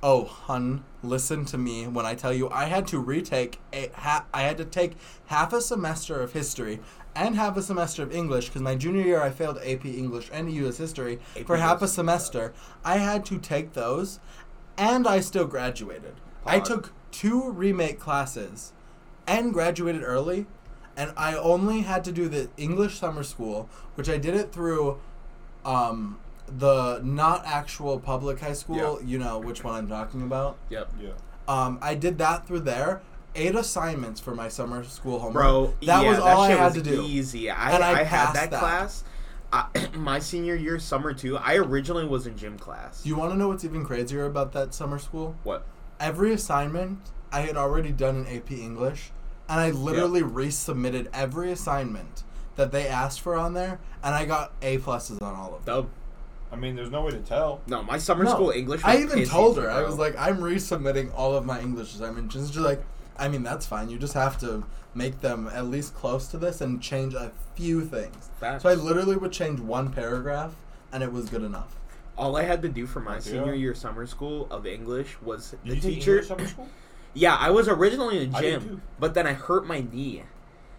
C: oh, hun, listen to me when I tell you I had to retake a ha- I had to take half a semester of history and half a semester of English because my junior year I failed AP English and US history
A: AP
C: for half a
A: was-
C: semester. I had to take those and I still graduated. I
B: Odd.
C: took two remake classes and graduated early and I only had to do the English summer school, which I did it through um the not actual public high school,
A: Yeah.
C: you know which one I'm talking about.
A: Yep.
B: yeah.
C: Um I did that through there. Eight assignments for my summer school homework.
A: Bro,
C: that
A: yeah,
C: was all
A: that
C: I
A: shit
C: had
A: was
C: to do.
A: Easy. I,
C: And I
A: I, had
C: passed
A: that,
C: that.
A: class. I, my senior year, summer two. I originally was in gym class.
C: Do you want to know what's even crazier about that summer school?
A: what?
C: Every assignment I had already done in AP English, and I literally resubmitted every assignment that they asked for on there, and I got A pluses on all of them.
A: The
B: I mean, there's no way to tell.
A: no, my summer
C: No.
A: school English.
C: I
A: was
C: even
A: piss
C: told
A: easy,
C: her. I
A: bro.
C: was like, I'm resubmitting all of my English assignments. She's just like, I mean, that's fine. You just have to make them at least close to this and change a few things.
A: Facts.
C: So I literally would change one paragraph, and it was good enough.
A: all I had to do for my
B: Yeah.
A: senior year summer school of English was
B: You
A: the
B: did
A: teacher.
B: English summer school?
A: Yeah, I was originally in
B: I did
A: gym,
B: too.
A: but then I hurt my knee.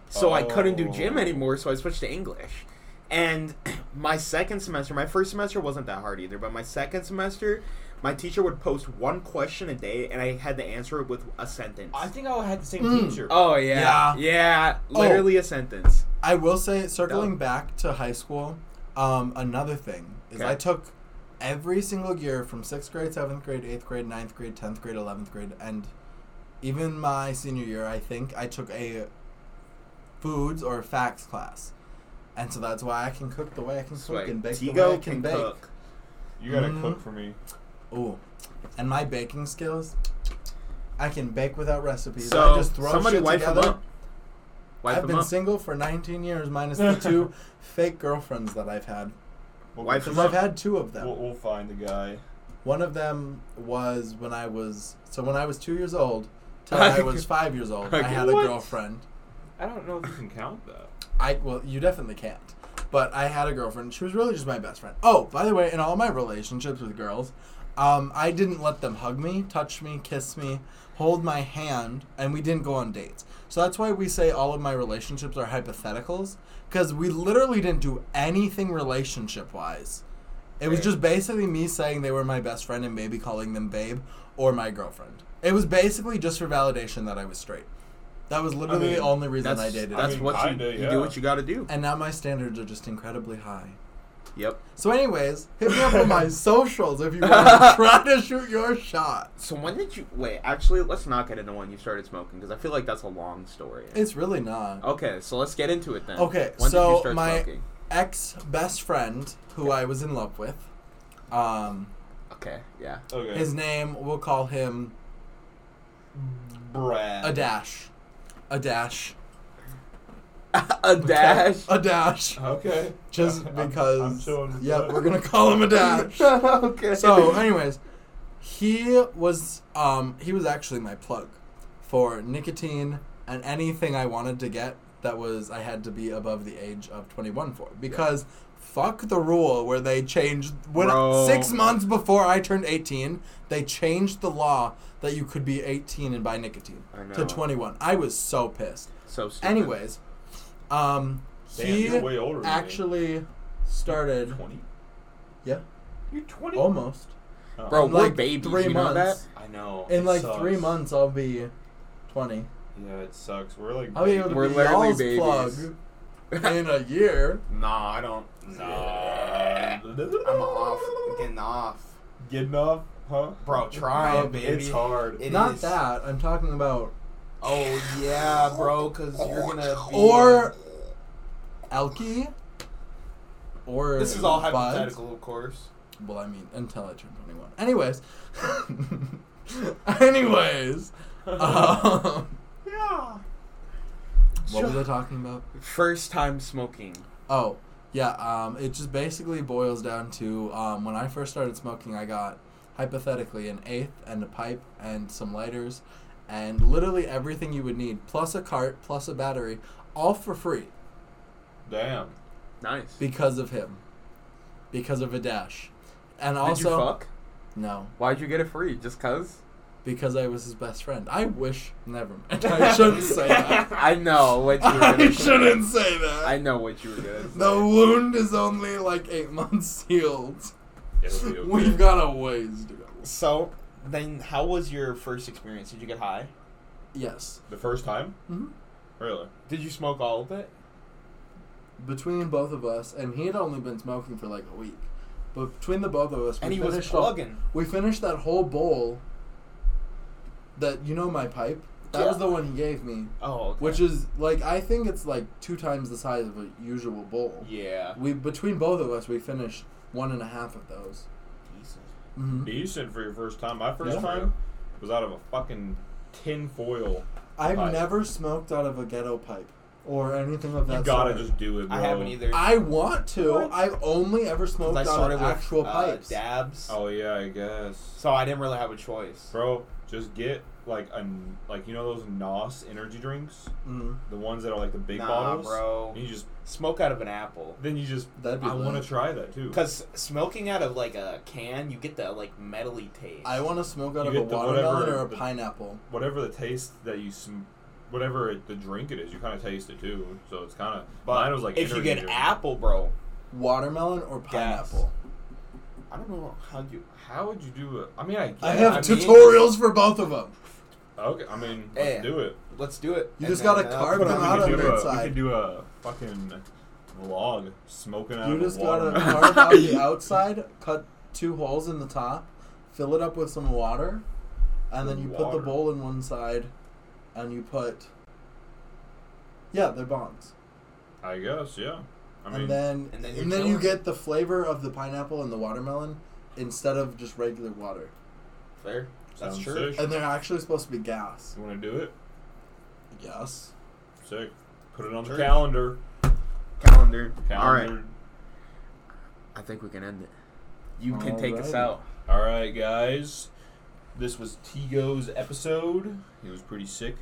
A: So I couldn't do gym
B: Oh.
A: anymore, so I switched to English. And my second semester, my first semester wasn't that hard either, but my second semester, my teacher would post one question a day and I had to answer it with a sentence.
B: I think I had the same
C: Mm.
B: teacher.
A: oh yeah. Yeah,
C: Yeah. Oh.
A: literally a sentence.
C: I will say, circling back to high school, um, another thing is
A: Okay.
C: I took every single year from sixth grade, seventh grade, eighth grade, ninth grade, tenth grade, eleventh grade, and even my senior year, I think I took a foods or facts class, and so that's why I can cook the way I can
A: It's
C: cook
A: like,
C: and bake the way I
A: Tigo
C: can,
A: can
C: bake.
A: cook.
B: you gotta
C: Mm.
B: cook for me.
C: Ooh, and my baking skills, I can bake without recipes.
A: So
C: I just throw
A: somebody
C: shit
A: wipe
C: together.
A: him up. Wipe
C: I've
A: him
C: been
A: up.
C: single for 19 years, minus the two fake girlfriends that I've had.
B: We'll,
A: Wife
C: Because I've had two of
B: we'll,
C: them.
B: we'll find the guy.
C: One of them was when I was so when I was two years old till I was five years old. I had a
A: What?
C: girlfriend.
B: I don't know if you can count that.
C: I well, you definitely can't. But I had a girlfriend. She was really just my best friend. Oh, by the way, in all my relationships with girls, um, I didn't let them hug me, touch me, kiss me, hold my hand, and we didn't go on dates. So that's why we say all of my relationships are hypotheticals, because we literally didn't do anything relationship wise. It was
A: Right.
C: just basically me saying they were my best friend and maybe calling them babe or my girlfriend. It was basically just for validation that I was straight. That was literally
B: mean,
C: the only reason
A: That's,
C: I dated.
A: that's
B: I mean,
A: what you,
B: kinda,
A: you do
B: yeah.
A: what you gotta do.
C: And now my standards are just incredibly high.
A: Yep.
C: So, anyways, hit me up on my socials if you want to try to shoot your shot.
A: So when did you wait? Actually, let's not get into when you started smoking because I feel like that's a long story.
C: It's really
B: Oh.
C: not.
A: okay, so let's get into it then.
C: Okay,
A: when did
C: so
A: you start
C: my-
A: smoking?
C: Ex best friend who I was in love with. Um,
A: Okay, yeah.
B: Okay.
C: his name, we'll call him
B: Brad.
C: a dash. A dash.
A: a dash.
C: A dash.
B: Okay.
C: Just
B: Oh. I'm- I'm
C: because.
B: chilling with
C: yeah,
B: that.
C: we're gonna call him a dash.
A: okay.
C: so anyways he was um he was actually my plug for nicotine and anything i wanted to get that was i had to be above the age of 21 for because fuck the rule where they changed when
A: Bro.
C: six months before i turned 18 they changed the law that you could be 18 and buy nicotine
A: I know.
C: to 21 i was so pissed
A: So stupid.
C: anyways um
B: Damn,
C: he
B: you're way older. than me.
C: actually started
B: Twenty.
C: yeah
B: You're twenty.
C: almost
B: Oh.
A: bro, we're
C: like
A: babies.
C: three
A: you know
C: months.
A: that?
B: I know.
C: In
B: it
C: like
B: sucks.
C: three months, I'll be 20.
B: Yeah, it sucks. We're like.
C: I'll be able to
A: We're
C: be
A: literally
C: y'all's
A: babies.
C: plug in a year.
A: Nah, I don't.
B: Nah.
A: I'm off. Getting off,
B: Getting up, huh?
A: bro. Try
C: Bro,
A: it, baby.
B: It's hard.
A: It
C: Not
A: is-
C: that. I'm talking about
A: Oh yeah, bro. Cause you're gonna be.
C: or Elky or
A: this is all
C: Bud.
A: hypothetical, of course.
C: Well, I mean, until I turn 21. Anyways. Anyways. Um,
B: yeah.
C: what was I talking about?
A: First time smoking.
C: Oh, Yeah, um, it just basically boils down to um, when I first started smoking, I got hypothetically an eighth and a pipe and some lighters and literally everything you would need, plus a cart, plus a battery, all for free
B: Damn.
A: Nice.
C: because of him, because of a dash. And
A: Did you
C: also,
A: fuck?
C: no,
A: Why'd you get it free? Just cause?
C: because I was his best friend. I wish, never mind. I shouldn't say that.
A: I know what you were
C: I
A: gonna
C: shouldn't say that.
A: I know what you were gonna say.
C: The wound is only like eight months healed.
B: It'll be okay.
C: We've got a ways to go.
A: So then, how was your first experience? Did you get high?
C: Yes.
B: the first time?
A: Mm-hmm.
C: hmm
B: Really?
A: Did you smoke all of it?
C: Between both of us, and he had only been smoking for like a week, but between the both of us, we
A: And he was
C: finished the-
A: plugging.
C: we finished that whole bowl. That you know my pipe. That was
A: Yeah.
C: the one he gave me,
A: Oh, okay.
C: which is like I think it's like two times the size of a usual bowl.
A: yeah.
C: We between both of us, we finished one and a half of those.
A: Mm-hmm.
C: hmm
B: Decent for your first time. My first
C: Yeah.
B: time was out of a fucking tin foil.
C: I've
B: Pipe.
C: never smoked out of a ghetto pipe or anything of that.
B: You gotta
C: sort.
B: just do it, bro.
A: I haven't either.
C: I want to.
A: What?
C: I've only ever smoked
A: 'Cause I
C: out
A: started
C: of
A: with
C: actual
A: uh,
C: pipes.
A: dabs,
B: Oh yeah, I guess.
A: so I didn't really have a choice.
B: Bro, just get like a like you know those Nos energy drinks,
C: Mm.
B: the ones that are like the big
A: nah,
B: bottles.
A: bro.
B: And you just
A: Smoke out of an apple.
B: then you just
C: That'd be
B: I want
C: lit.
B: to try that too.
A: Cause smoking out of like a can, you get that like metally taste.
C: I want to smoke out
B: You
C: of a
B: get the
C: watermelon
B: whatever-
C: or a
B: the-
C: pineapple.
B: whatever the taste that you sm- whatever it, the drink it is, you kind of taste it too. So it's kind of mine was like
A: if you
B: energy
A: get
B: drink.
A: apple, bro.
C: Watermelon or
A: Gas.
C: pineapple.
A: I don't know how you.
B: How would you do it? I mean, I,
C: I
B: get-
C: have
A: I mean-
C: tutorials for both of them.
B: Okay, I mean,
A: Eh.
B: let's do it.
A: Let's do it.
C: You
A: And
C: just gotta
A: then, uh,
C: carve
A: put
C: them
A: on-
B: we
C: out
B: could
C: on
B: do
C: the
B: a-
C: inside.
B: We could do a fucking vlog smoking out
C: You
B: of
C: just
B: a uh, water.
C: gotta carve out the outside, cut two holes in the top, fill it up with some water, and then you put
B: Water.
C: the bowl in one side, and you put. Yeah, they're bongs.
B: I guess, yeah. I mean,
C: and then
A: And
C: and
A: then
C: then,
A: you're
C: you
A: chilling.
C: get the flavor of the pineapple and the watermelon instead of just regular water.
A: Fair. That's
B: Sounds
A: true.
B: sick.
C: And they're actually supposed to be gas.
B: you want to do it?
C: Yes.
B: Sick. Put it on
A: Sure.
B: the calendar.
A: Calendar.
B: Calendar.
A: I think we can end it. You
C: can take us Alrighty. out.
B: All right, guys. This was Tigo's episode. He was pretty sick.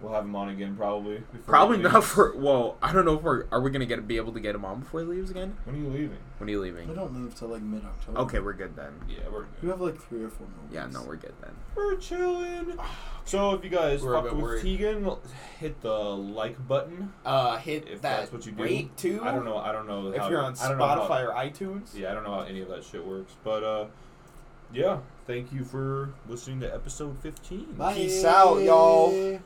B: We'll have him on again probably. before he
A: Probably
B: leaves.
A: not for. Well, I don't know if we're. Are we gonna get be able to get him on before he leaves again?
B: When are you leaving?
A: When are you
C: They
A: leaving?
C: don't leave till like mid October.
A: Okay, we're good then.
B: Yeah, we're
C: You have like three or four more.
A: Yeah,
C: weeks.
A: no, we're good then.
B: we're chilling. So if you guys
A: We're a
B: fucked
A: bit
B: with
A: worried.
B: Tegan, hit the like button.
A: Uh, hit
B: If
A: that
B: that's what you do.
A: rate too.
B: I don't know. I don't know.
A: If
B: how-
A: you're on
B: I don't know how-
A: Spotify or iTunes.
B: Yeah, I don't know how any of that shit works, but uh, yeah. Thank you for listening to episode fifteen.
C: Bye.
A: Peace out, y'all.